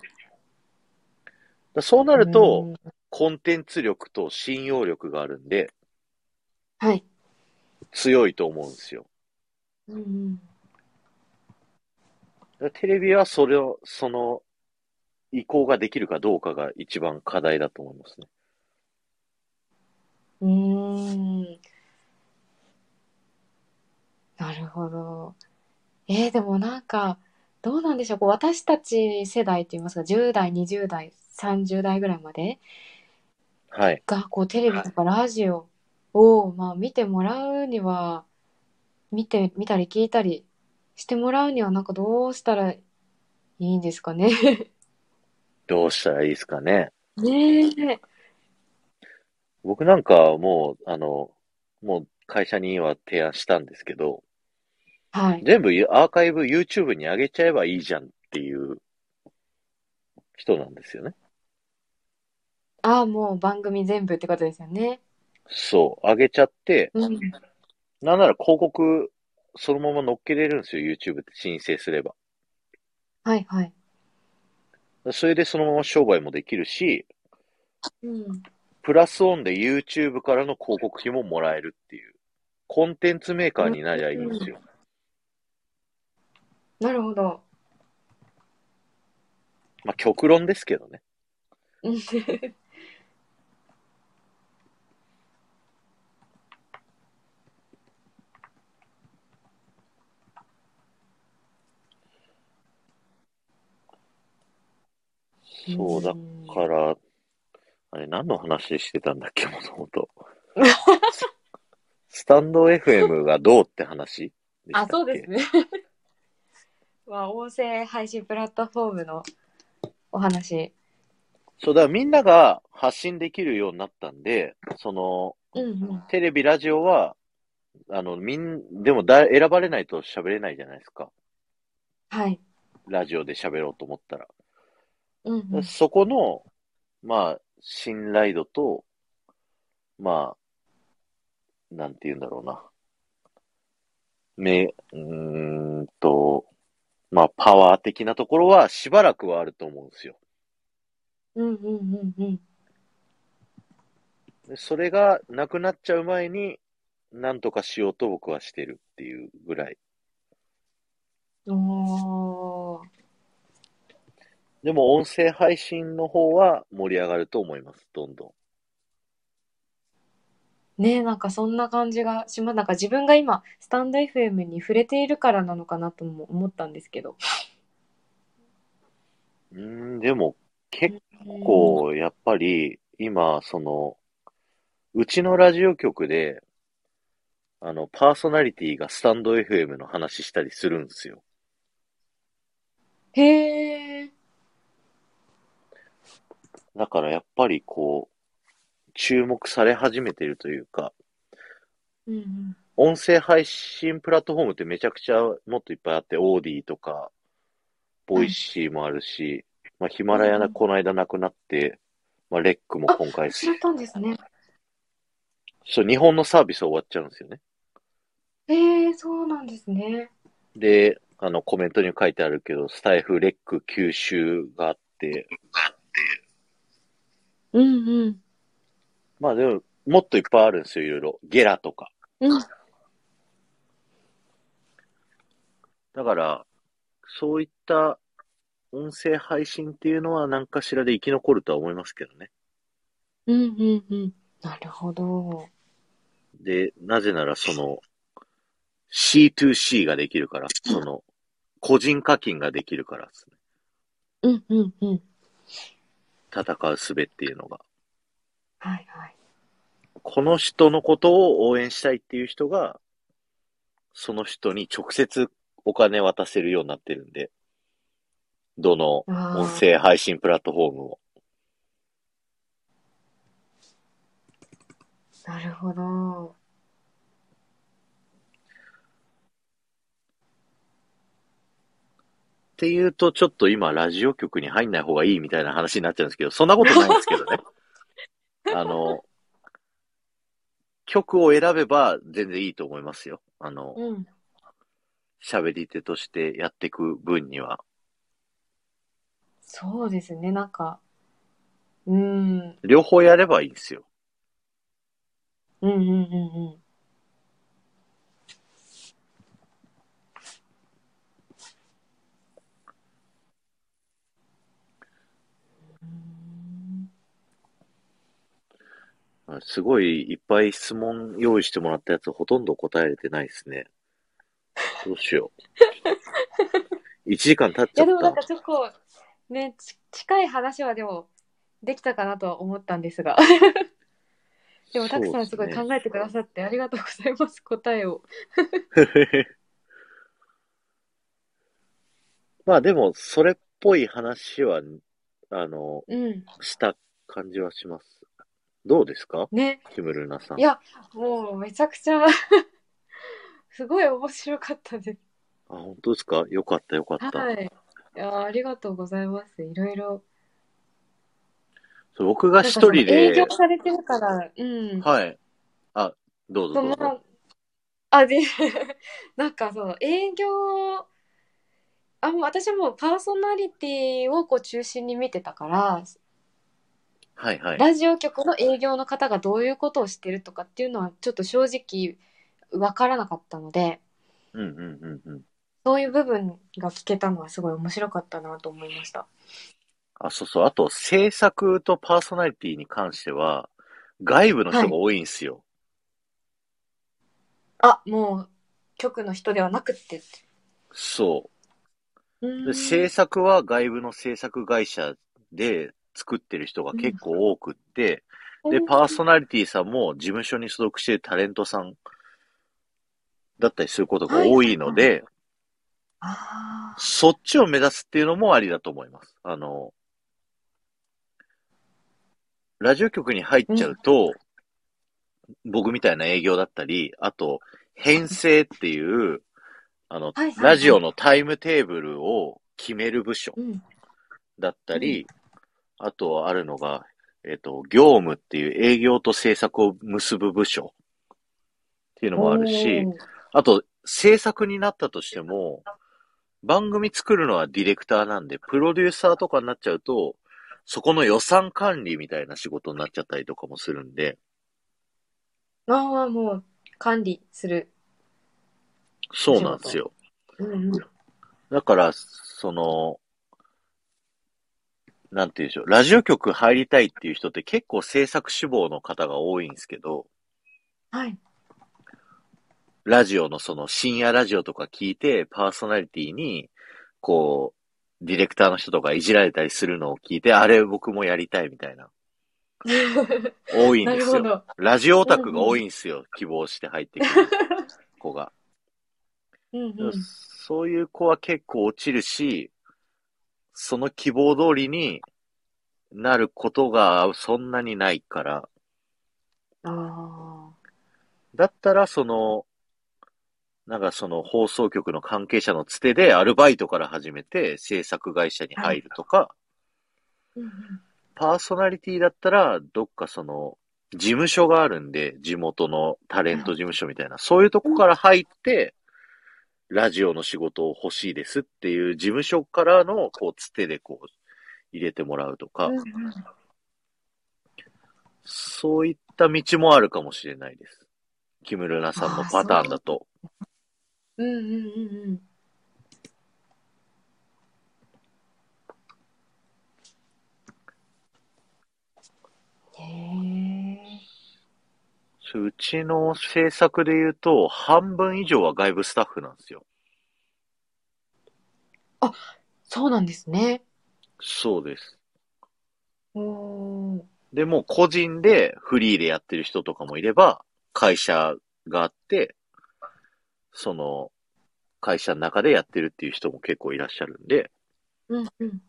S1: だそうなる
S2: う
S1: と、
S2: ん
S1: コンテンツ力と信用力があるんで、
S2: はい、
S1: 強いと思うんですよ。
S2: うんうん、
S1: だテレビはそれを、その、移行ができるかどうかが一番課題だと思いますね。
S2: うーん。なるほど。えー、でもなんか、どうなんでしょう。こう私たち世代って言いますか、10代、20代、30代ぐらいまで
S1: はい。
S2: が、こうテレビとかラジオを、まあ見てもらうには、見て、見たり聞いたりしてもらうにはなんかどうしたらいいんですかね。
S1: どうしたらいいですかね。
S2: ねえ。
S1: 僕なんかもう、あの、もう会社には提案したんですけど、
S2: はい。
S1: 全部アーカイブ YouTube に上げちゃえばいいじゃんっていう人なんですよね。
S2: ああ、もう番組全部ってことですよね。
S1: そう、上げちゃって、
S2: うん。
S1: なんなら広告そのまま乗っけれるんですよ、YouTube って申請すれば。
S2: はいはい。
S1: それでそのまま商売もできるし、
S2: うん。
S1: プラスオンで YouTube からの広告費ももらえるっていう、コンテンツメーカーになりゃいいんですよ。
S2: なるほど。
S1: まあ、極論ですけどね。
S2: うん
S1: そうだから、あれ何の話してたんだっけ、もとも
S2: (laughs)
S1: と。スタンド FM がどうって話でしたっ
S2: (laughs) あ、
S1: け
S2: そうですね。 (laughs) まあ、音声配信プラットフォームのお話。
S1: そう、だからみんなが発信できるようになったんで、その、
S2: うんうん。
S1: テレビ、ラジオは、あの、みん、でもだ、選ばれないと喋れないじゃないですか。
S2: はい。
S1: ラジオで喋ろうと思ったら。
S2: うんうん、
S1: そこの、まあ、信頼度と、まあ、なんて言うんだろうな。め、うーんと、まあ、パワー的なところはしばらくはあると思うんですよ。
S2: うんうんうんうん。
S1: でそれがなくなっちゃう前に、なんとかしようと僕はしてるっていうぐらい。
S2: おー
S1: でも、音声配信の方は盛り上がると思います、どんどん。
S2: ねなんかそんな感じがします。なんか自分が今、スタンド FM に触れているからなのかなとも思ったんですけど。
S1: うーん、でも、結構、やっぱり、今、その、うちのラジオ局で、あの、パーソナリティがスタンド FM の話したりするんですよ。
S2: うん。へえ。
S1: だからやっぱりこう、注目され始めてるというか、
S2: うんうん。
S1: 音声配信プラットフォームってめちゃくちゃもっといっぱいあって、オーディとか、ボイシーもあるし、まあ、ヒマラヤ
S2: う
S1: なんこの間なくなって、まあ、レックも今回、
S2: 知ったんですね。
S1: そう、日本のサービス終わっちゃうんですよね。
S2: へえ、そうなんですね。
S1: で、あの、コメントに書いてあるけど、スタイフレック吸収があって、
S2: うんうん。
S1: まあでも、もっといっぱいあるんですよ、いろいろ。ゲラとか。
S2: うん
S1: だから、そういった音声配信っていうのは何かしらで生き残るとは思いますけどね。
S2: うんうんうん。なるほど。
S1: で、なぜならその、C2C ができるから、その、個人課金ができるからですね。
S2: うんうんうん。
S1: 戦う術っていうのが。
S2: はいはい。
S1: この人のことを応援したいっていう人が、その人に直接お金渡せるようになってるんで、どの
S2: あー
S1: 音声配信プラットフォームを。
S2: なるほど。
S1: っていうと、ちょっと今、ラジオ局に入んない方がいいみたいな話になっちゃうんですけど、そんなことないんですけ
S2: (laughs)
S1: どね。あの、曲を選べば全然いいと思いますよ。あの、
S2: うん。
S1: 喋り手としてやっていく分には。
S2: そうですね。なんか、うん。うん
S1: 両方やればいいんですよ。
S2: うんうんうん。うん
S1: すごいいっぱい質問用意してもらったやつほとんど答えれてないですね。どうしよ
S2: (laughs)
S1: う。1時間経っ
S2: い
S1: ちゃ
S2: や
S1: っ
S2: でもなん
S1: た
S2: か。ちょっとこうねち近い話はでもできたかなとは思ったんで
S1: (laughs)
S2: すがでもたくさんすごい考えてくださってありがとうございます答えを
S1: そうですねまあでも、それっぽい話は、あの、
S2: うん。
S1: した感じはします。どうですか
S2: ね。
S1: キムルナさん。
S2: いや、もうめちゃくちゃ、 (laughs) すごい面白かったです。
S1: あ、本当ですかよかった、よかった。
S2: はい。いやありがとうございます。いろいろ。
S1: そう僕が一人
S2: 営
S1: で
S2: 業、されてるから、うん。
S1: はい。あ、どうぞ
S2: そ
S1: どうぞ。
S2: のあで (laughs) なんかその営業あもう私はもうパーソナリティをこう中心に見てたから、
S1: はいはい。
S2: ラジオ局の営業の方がどういうことをしてるとかっていうのはちょっと正直わからなかったので
S1: うんうんうんうん。
S2: そういう部分が聞けたのはすごい面白かったなと思いました。
S1: あ、そうそう。あと、制作とパーソナリティに関しては、外部の人が多いんですよ。
S2: あもう局の人ではなくって。
S1: そうう。
S2: ー
S1: で
S2: ん
S1: 制作は外部の制作会社で作ってる人が結構多くって、で、パーソナリティさんも事務所に所属しているタレントさんだったりすることが多いの
S2: は
S1: で、
S2: あー
S1: そっちを目指すっていうのもありだと思います。あの、ラジオ局に入っちゃうと、僕みたいな営業だったり、あと、編成っていう、あの、
S2: はいはいはい
S1: ラジオのタイムテーブルを決める部署
S2: うん
S1: だったり、あとあるのが、えっと、業務っていう営業と制作を結ぶ部署っていうのもあるし、
S2: おー
S1: あと、制作になったとしても、番組作るのはディレクターなんで、プロデューサーとかになっちゃうと、そこの予算管理みたいな仕事になっちゃったりとかもするんで、
S2: あーもう管理する。
S1: そうなんですよ。
S2: うんうん
S1: だから、その、なんて言うんでしょう、ラジオ局入りたいっていう人って結構制作志望の方が多いんですけど、
S2: はい。
S1: ラジオのその深夜ラジオとか聞いて、パーソナリティに、こう、ディレクターの人とかいじられたりするのを聞いて、あれ僕もやりたいみたいな。多いん
S2: な
S1: で
S2: る
S1: す
S2: ほ
S1: よ。
S2: ど。
S1: ラジオオタクが多いんですよ。希望して入って
S2: (laughs)
S1: くる子が。
S2: うんうん。
S1: そういう子は結構落ちるし、その希望通りになることがそんなにないから、
S2: あ
S1: だったらその、なんかその放送局の関係者のつてでアルバイトから始めて制作会社に入るとか、
S2: あ。
S1: パーソナリティだったらどっかその事務所があるんで、地元のタレント事務所みたいな、そういうとこから入って、ラジオの仕事を欲しいですっていう事務所からのこうつてでこう入れてもらうとか、そういった道もあるかもしれないです。キムルナさんのパターンだと。
S2: うんうんうんうん。へえ。
S1: そううちの制作で言うと、半分以上は外部スタッフなんですよ。
S2: そうなんですね。
S1: そうです。
S2: おお。
S1: で、もう個人でフリーでやってる人とかもいれば、会社があって、その、会社の中でやってるっていう人も結構いらっしゃるんで、
S2: うんうん。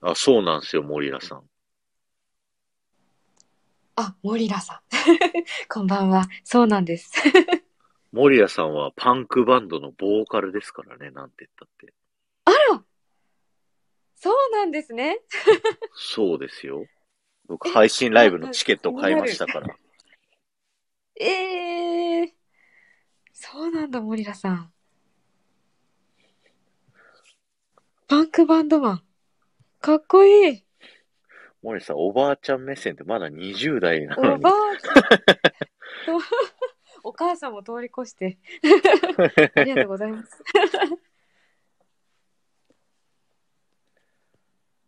S1: あ、そうなんですよ、モリラさん。
S2: あ、モリラさん。 (laughs) こんばんは。そうなんです。 (laughs)
S1: モリラさんはパンクバンドのボーカルですからね、なんて言ったって。
S2: そうなんですね。
S1: そうですよ。僕、配信ライブのチケット買いましたから。
S2: ええー。そうなんだ、モリラさん。パンクバンドマン。かっこいい。
S1: モリさん、おばあちゃん目線ってまだ20代な
S2: お
S1: のに
S2: ば。あ
S1: (laughs)
S2: ちゃん。お母さんも通り越して。ありがとうございます。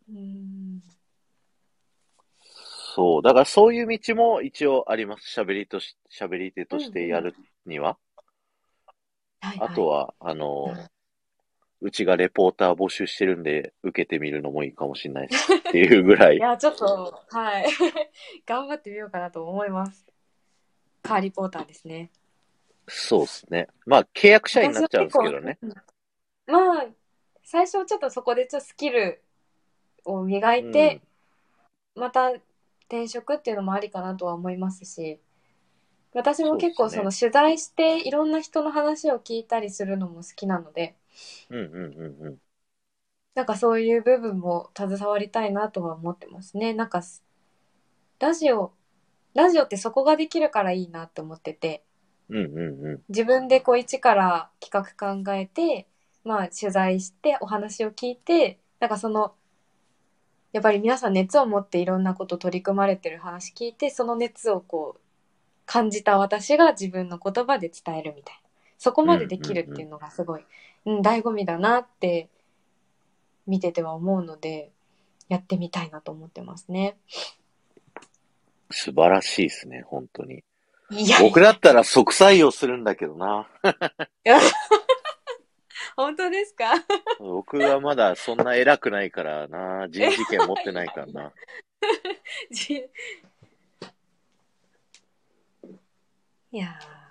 S2: うーん。
S1: そう。だからそういう道も一応あります。喋りとし、喋り手としてやるには。
S2: はい
S1: あと
S2: は
S1: は、あの
S2: うん、
S1: うちがレポーター募集してるんで、受けてみるのもいいかもしれないですっていうぐら
S2: い。
S1: い
S2: (laughs) い。や、ちょっと、はい。頑張ってみようかなと思います。カーリポーターですね。
S1: そうですね。まあ、契約者になっちゃうんですけどね。
S2: 私は結構。まあ、最初ちょっとそこでちょっとスキルを磨いて、また転職っていうのもありかなとは思いますし私も結構そ
S1: そう
S2: の取材していろんな人の話を聞いたりするのも好きなので
S1: うん、うんうんうんうん。
S2: なんかそういう部分も携わりたいなとは思ってますねなんかすラジオラジオってそこができるからいいなと思ってて
S1: うんうんうん。
S2: 自分でこう一から企画考えて、まあ、取材してお話を聞いてなんかそのやっぱり皆さん熱を持っていろんなこと取り組まれてる話聞いてその熱をこう感じた私が自分の言葉で伝えるみたいなそこまでできるっていうのがすごい、うん醍醐味だなって見てては思うのでやってみたいなと思ってますね。
S1: 素晴らしいですね、本当に。
S2: いや
S1: 僕だったら即採用するんだけどな。
S2: 本当ですか
S1: 僕はまだそんな偉くないからな。人事権持ってないからな。 (laughs)
S2: (laughs) じいやー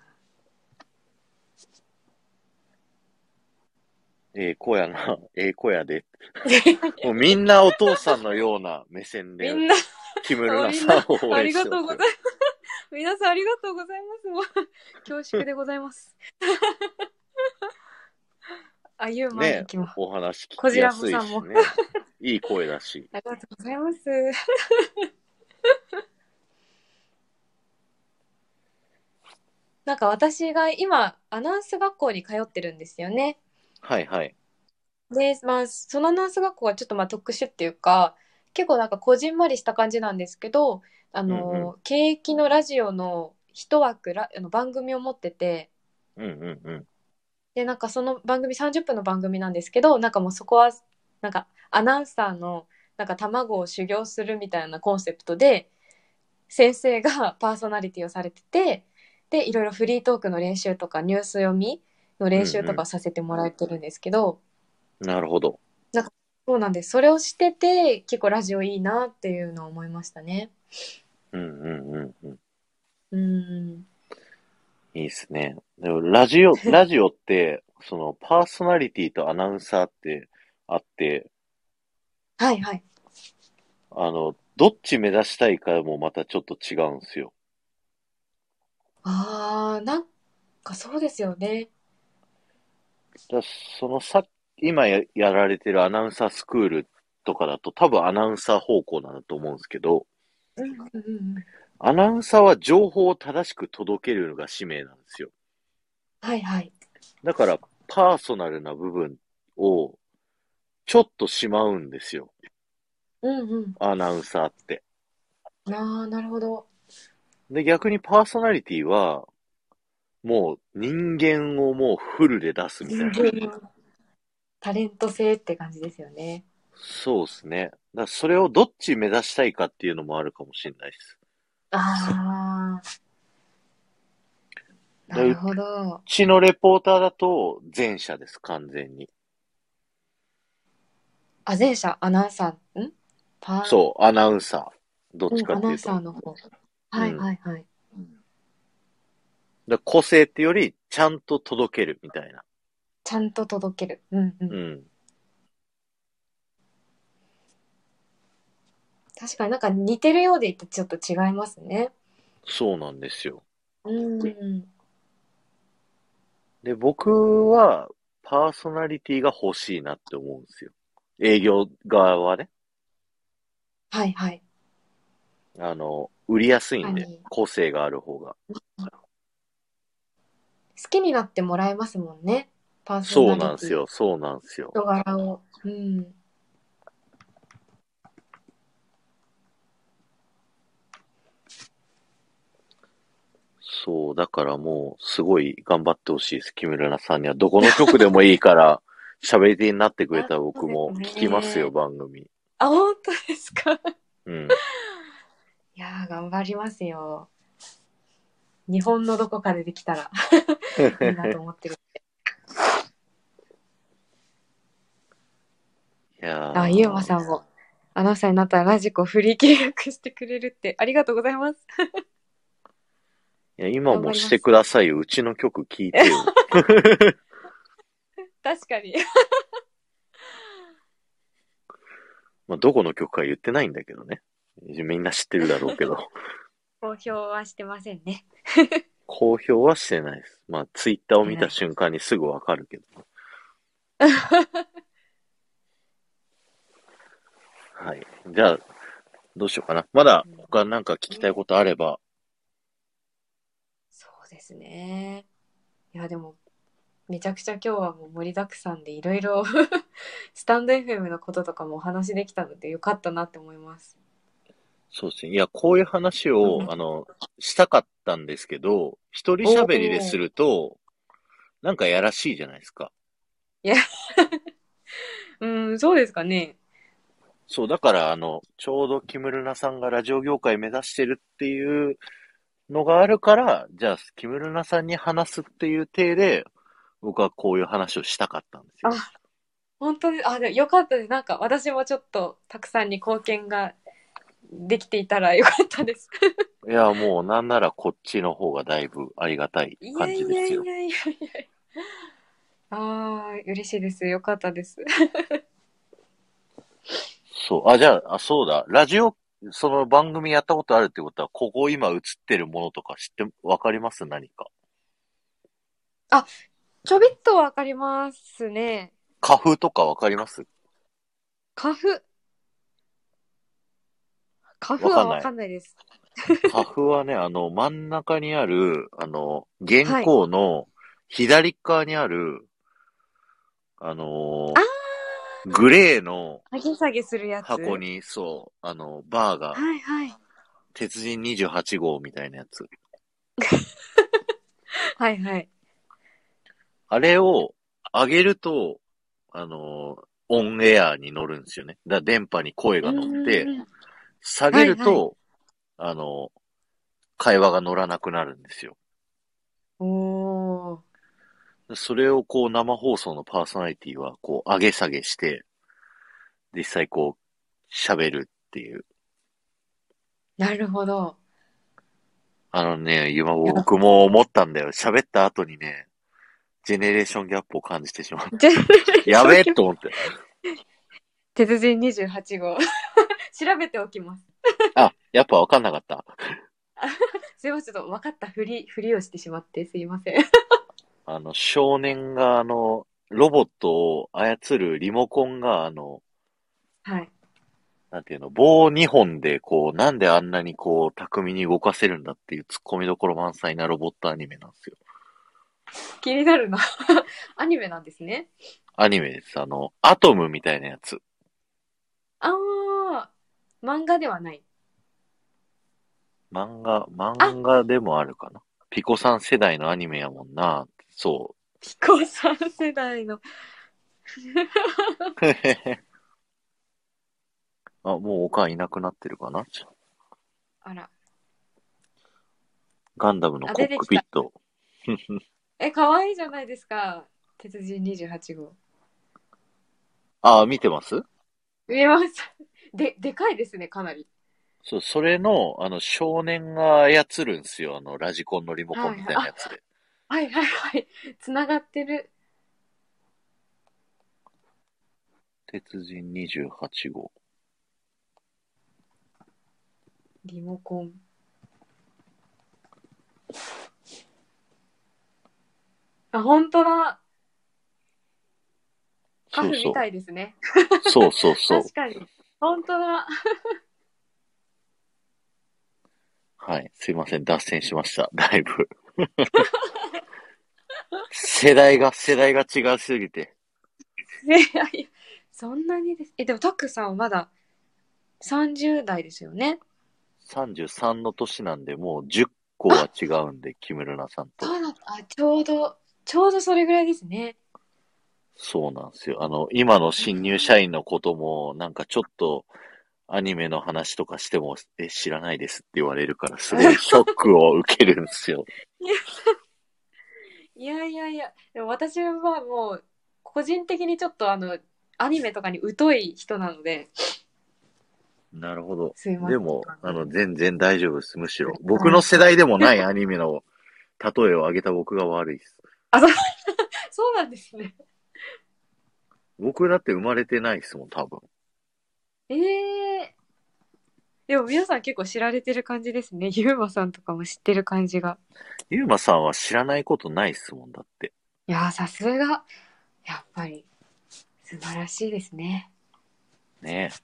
S1: ええ子やな。ええ子やで。もうみんなお父さんのような目線で
S2: み、んな、
S1: キムルナさんを応
S2: あ
S1: 援
S2: り
S1: し
S2: が
S1: て
S2: とう
S1: お
S2: ござい
S1: く
S2: ま。す。 (laughs) 皆さんありがとうございます。もう、恐縮でございます。 (laughs) あゆうま
S1: ね
S2: いきます。
S1: お話聞きやすい
S2: こじらぼ
S1: し
S2: さん
S1: ね。 (laughs) いい声だし。
S2: ありがとうございます。 (laughs) なんか私が今、アナウンス学校に通ってるんですよね。
S1: はいはい。
S2: で、まあ、そのアナウンス学校はちょっとまあ特殊っていうか、結構なんかこじんまりした感じなんですけど、あの、
S1: うん
S2: 景気のラジオの一枠ら、あの番組を持ってて、
S1: うんうんうん。
S2: で、なんかその番組30分の番組なんですけど、なんかもうそこは、なんかアナウンサーの、なんか卵を修行するみたいなコンセプトで、先生が (laughs) パーソナリティをされてて、で、いろいろフリートークの練習とか、ニュース読みの練習とかさせてもらってるんですけど、
S1: なるほど。
S2: そうなんです。それをしてて、結構ラジオいいなっていうのは思いましたね。
S1: うんうんうんうん。
S2: うん。
S1: いいっすね。でもラジオ、 (laughs) ラジオって、そのパーソナリティとアナウンサーってあって、
S2: はいはい。
S1: あの、どっち目指したいかもまたちょっと違うんですよ。
S2: あー、なんかそうですよね。
S1: だそのさ、今ややられてるアナウンサースクールとかだと多分アナウンサー方向なんだと思うんですけど、
S2: うんうんうん。
S1: アナウンサーは情報を正しく届けるのが使命なんですよ。
S2: はいはい。
S1: だから、パーソナルな部分をちょっとしまうんですよ。
S2: うんうん。
S1: アナウンサーって。
S2: あー、なるほど。
S1: で、逆にパーソナリティは、もう人間をもうフルで出すみたいな。
S2: タレント性って感じですよね。
S1: そうですね。だからそれをどっち目指したいかっていうのもあるかもしれないです。
S2: あー。なるほど
S1: う。ちのレポーターだと前者です、完全に。
S2: あ、前者、アナウンサー、んパー
S1: そう、アナウンサー。どっちか
S2: うん
S1: っ
S2: ア
S1: て
S2: ナウ
S1: い
S2: ン
S1: うと。
S2: サーの方。はいはいはい。
S1: だから個性ってより、ちゃんと届けるみたいな。
S2: ちゃんと届ける。うんうん。
S1: うん。
S2: 確かになんか似てるようでいてちょっと違いますね。
S1: そうなんですよ。
S2: うん。
S1: で、僕は、パーソナリティが欲しいなって思うんですよ。営業側はね。
S2: はいはい。
S1: あの、売りやすいんで
S2: はい、
S1: 個性がある方が。
S2: 好きになってもらえますもんね。パーソ
S1: そう
S2: ナリティ。
S1: なんです。よ、そうなんですよ。
S2: 人柄を。うん。
S1: そう、だからもう、すごい頑張ってほしいです、木村菜さんには。どこの局でもいいから、 (laughs) 喋り手になってくれたら僕も聞きますよ、
S2: あ
S1: 番組。
S2: あ、本当ですか。い
S1: うん。
S2: やー、頑張りますよ。日本のどこかでできたらいいなと思っ
S1: (laughs)
S2: てる。
S1: いやー
S2: あ、ゆうまさんも。アナウンサーになったらラジコフリー契約してくれるってありがとうございます。
S1: いや今もしてくださいよ。うちの曲聞いてよ。
S2: 確かに。
S1: まあ、どこの曲か言ってないんだけどね。みんな知ってるだろう
S2: (laughs)
S1: けど、
S2: 公表はしてませんね。
S1: 公表はしてないです。まあ、ツイッターを見た瞬間にすぐわかるけ
S2: (laughs)
S1: ど。はい。じゃあ、どうしようかな。まだ他なんか聞きたいことあれば、
S2: そうですね。いや、でも、めちゃくちゃ今日はもう盛りだくさんでいろいろ (laughs) スタンド FM のこととかもお話できたのでよかったなって思います。
S1: そうですね。いや、こういう話を、
S2: うん
S1: あの、したかったんですけど、一人喋りですると、なんかやらしいじゃないですか。
S2: うん、そうですかね。
S1: そう、だから、あの、ちょうど木村菜さんがラジオ業界目指してるっていうのがあるから、じゃあ、木村菜さんに話すっていう体で、僕はこういう話をしたかったんですよ。
S2: あ本当に、あ、でもよかったです。なんか私もちょっとたくさんに貢献ができていたらよかったです。
S1: いや、もう、なんならこっちの方がだいぶありがたい
S2: いや
S1: 感
S2: い
S1: じ
S2: やい
S1: で
S2: や
S1: す
S2: い
S1: よ。
S2: やいや。ああ、嬉しいです。よかったです。
S1: そう。あ、じゃあ、あ、そうだ。ラジオ、その番組やったことあるってことは、ここ今映ってるものとか知って、わかります何か。
S2: ちょびっとわかりますね。
S1: 花粉とかわかります
S2: 花粉。花粉はわかんないです。
S1: 花粉はね、あの、真ん中にある、あの、原稿の左側にある、あのーグレーの
S2: あげ下げするやつ。
S1: 箱に、そう、あの、バーが、
S2: はいはい。
S1: 鉄人28号みたいなやつ。
S2: はいはい。
S1: あれを上げると、あのーオンエアに乗るんですよね。だから電波に声が乗って
S2: うんう、んうん
S1: 下げる
S2: はいは
S1: と、あのー会話が乗らなくなるんですよ。
S2: おー。
S1: それをこう生放送のパーソナリティはこう上げ下げして、実際こう喋るっていう。
S2: なるほど。
S1: あのね、今僕も思ったんだよ。喋った後にね、ジェネレーションギャップを感じてしまう。
S2: じゃ
S1: やべえと思って。
S2: 鉄人28号。 (laughs) 調べておきます。
S1: あ、やっぱわかんなかった。
S2: すいません、ちょっと分かったふり、ふりをしてしまって、すいません。
S1: あの、少年があの、ロボットを操るリモコンがあの、
S2: はい。
S1: なんていうの、棒2本でこう、なんであんなにこう、巧みに動かせるんだっていう突っ込みどころ満載なロボットアニメなんですよ。
S2: 気になるな。 (laughs) アニメなんですね。
S1: アニメです。あの、アトムみたいなやつ。
S2: あー、漫画ではない。
S1: 漫画、漫画でもあるかな。ピコさん世代のアニメやもんな。そ
S2: ピコさん世代の。
S1: う。 (laughs) あ、もうおかんいなくなってるかな。
S2: あら。
S1: ガンダムのコックピット。
S2: え、可愛いじゃないですか。鉄人28号。
S1: あ、見てます
S2: 見えます。 (laughs) で、でかいですね、かなり。
S1: そう、それの、あの、少年が操るんすよ。あの、ラジコンのリモコンみたいなやつで。
S2: はいはいはい。つながってる。
S1: 鉄人28号。
S2: リモコン。あ、本当だ。カ
S1: そう
S2: フみたいですね。
S1: そう。そうそうそう。
S2: 確かに。本当だ。 (laughs)
S1: はい。すいません。脱線しました。だいぶ。世代が、世代が違うすぎて。
S2: いやいやそんなにです。え、でもタックさんはまだ30代ですよね。
S1: 33の年なんで、もう10個は違うんで、木村菜さんと。
S2: そうだった。あ、ちょうど、ちょうどそれぐらいですね。
S1: そうなんですよ。あの、今の新入社員のことも、なんかちょっと、アニメの話とかしても、え、知らないですって言われるから、すごいショックを受けるんですよ。
S2: いやいやいや、でも私はもう、個人的にちょっとあの、アニメとかに疎い人なので、
S1: (laughs) なるほど。
S2: すいませ
S1: で
S2: ん。
S1: も、あの、全然大丈夫です。むしろ。僕の世代でもないアニメの例えを挙げた僕が悪いです。
S2: そうなんですね。
S1: 僕だって生まれてないですもん、多分。
S2: ええでも皆さん結構知られてる感じですね。ゆうまさんとかも知ってる感じが。
S1: ゆうまさんは知らないことないですもん、だって。
S2: いやー、さすが。やっぱり、素晴らしいですね。
S1: ねえ。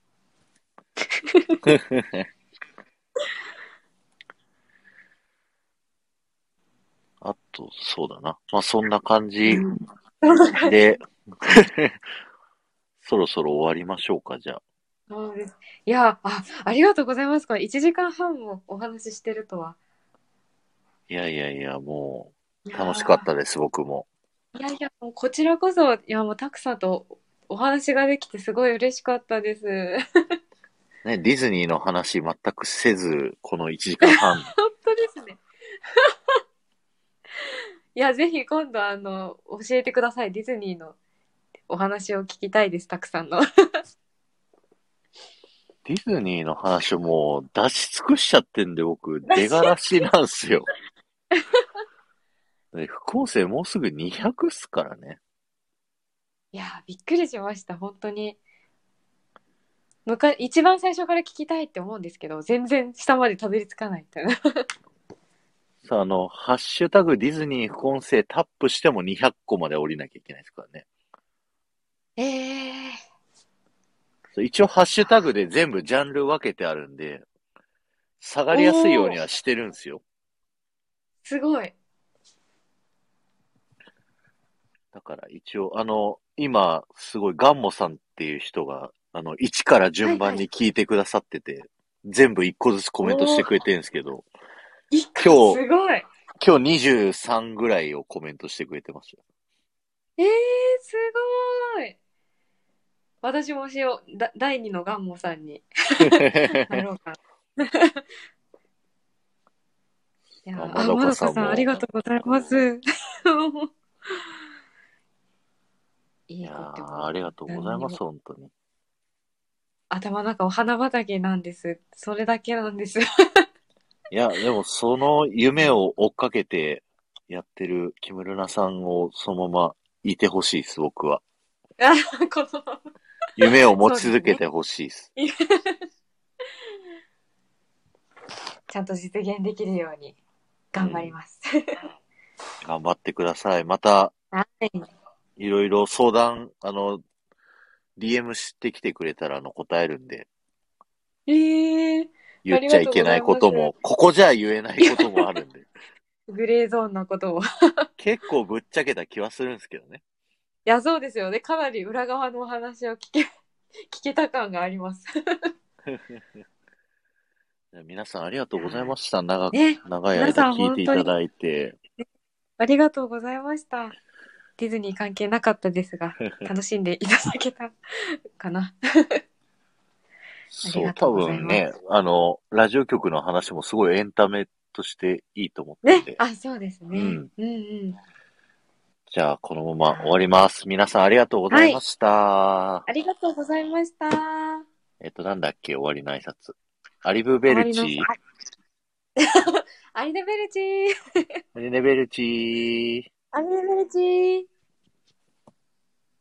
S1: あと、そうだな。まあ、そんな感じ
S2: うん
S1: で、そろそろ終わりましょうか、じゃあ。
S2: そうです。いやあ、ありがとうございます。これ1時間半もお話ししてるとは。
S1: いやいやいや、も、
S2: いうやー
S1: 楽しかったです、僕も。
S2: いやいや、もうこちらこそ、いやもうたくさんとお話ができてすごい嬉しかったです。
S1: ね、ディズニーの話全くせず、この1時間半。
S2: 本当ですね。 (laughs) いや、ぜひ今度あの、教えてください。ディズニーのお話を聞きたいです、たくさんの。
S1: ディズニーの話をもう出し尽くしちゃってんで、僕、出がらしなんすよ。 (laughs) で副校生もうすぐ200っすからね。
S2: いや、びっくりしました、本当に。むか一番最初から聞きたいって思うんですけど、全然下までたどり着かないみたいな。
S1: さあ、あの、ハッシュタグディズニー副音声タップしても200個まで降りなきゃいけないですからね。
S2: ええ
S1: そう一応ハッシュタグで全部ジャンル分けてあるんで、下がりやすいようにはしてるんですよ。
S2: すごい。
S1: だから一応、あの、今、すごいガンモさんっていう人が、あの、1から順番に聞いてくださってて、全部1個ずつコメントしてくれてるんですけど、
S2: 一
S1: 今
S2: 個
S1: 日
S2: すごい。
S1: 今日23ぐらいをコメントしてくれてます (laughs) よ。
S2: えー、すごい。私もしよう。だ第二のガンモさんになろうかな。 (laughs) いやー、
S1: あ
S2: あ
S1: まど
S2: まど
S1: か
S2: か
S1: さんも
S2: さん、ありがとうございます。 (laughs) い
S1: い
S2: い
S1: や
S2: こって
S1: ー
S2: も
S1: ありがとうございます、本当に。
S2: 頭の中お花畑なんです。それだけなんです。
S1: い
S2: (laughs)
S1: や、でもその夢を追っかけてやってる木村奈さんをそのままいてほしいです、僕は。
S2: あこのまま
S1: 夢を持ち続けてほしいです。
S2: ちゃんと実現できるように頑張ります。
S1: 頑張ってください。また、
S2: (laughs) はい。
S1: いろいろ相談、あの、DM してきてくれたら、あの、答えるんで、
S2: えー、
S1: 言っちゃいけないこと
S2: ありが
S1: も、ここじゃ言えないこともあるんで、 (laughs)
S2: グレーゾーンなことを。い
S1: 結構ぶっちゃけた気はするんですけどね。 (laughs)
S2: や、そうですよね。かなり裏側のお話を聞け、 (laughs) 聞けた感があります。 (laughs)
S1: 皆さんありがとうございました。長く、
S2: ね、
S1: 長い
S2: 皆さ
S1: 間
S2: ん
S1: 聞いていただいて、
S2: ありがとうございました。ディズニー関係なかったです (laughs) が、楽しんでいただけたか (laughs) な。
S1: そ
S2: あり
S1: う、
S2: がと
S1: 多
S2: うござい
S1: 分
S2: ます
S1: ね、あの、ラジオ局の話もすごいエンタメとしていいと思って
S2: ね
S1: て、、
S2: あ、そうですね。
S1: う
S2: うんん、うんうん
S1: じゃあこのまま終わります。皆さんありがとうございました。
S2: ありがとうございました。
S1: えっと、なんだっけ、終わりの挨拶。アリブベルチ
S2: 終わり
S1: ー
S2: の。アリデベルチー
S1: アリネベルチー。
S2: アリデベルチー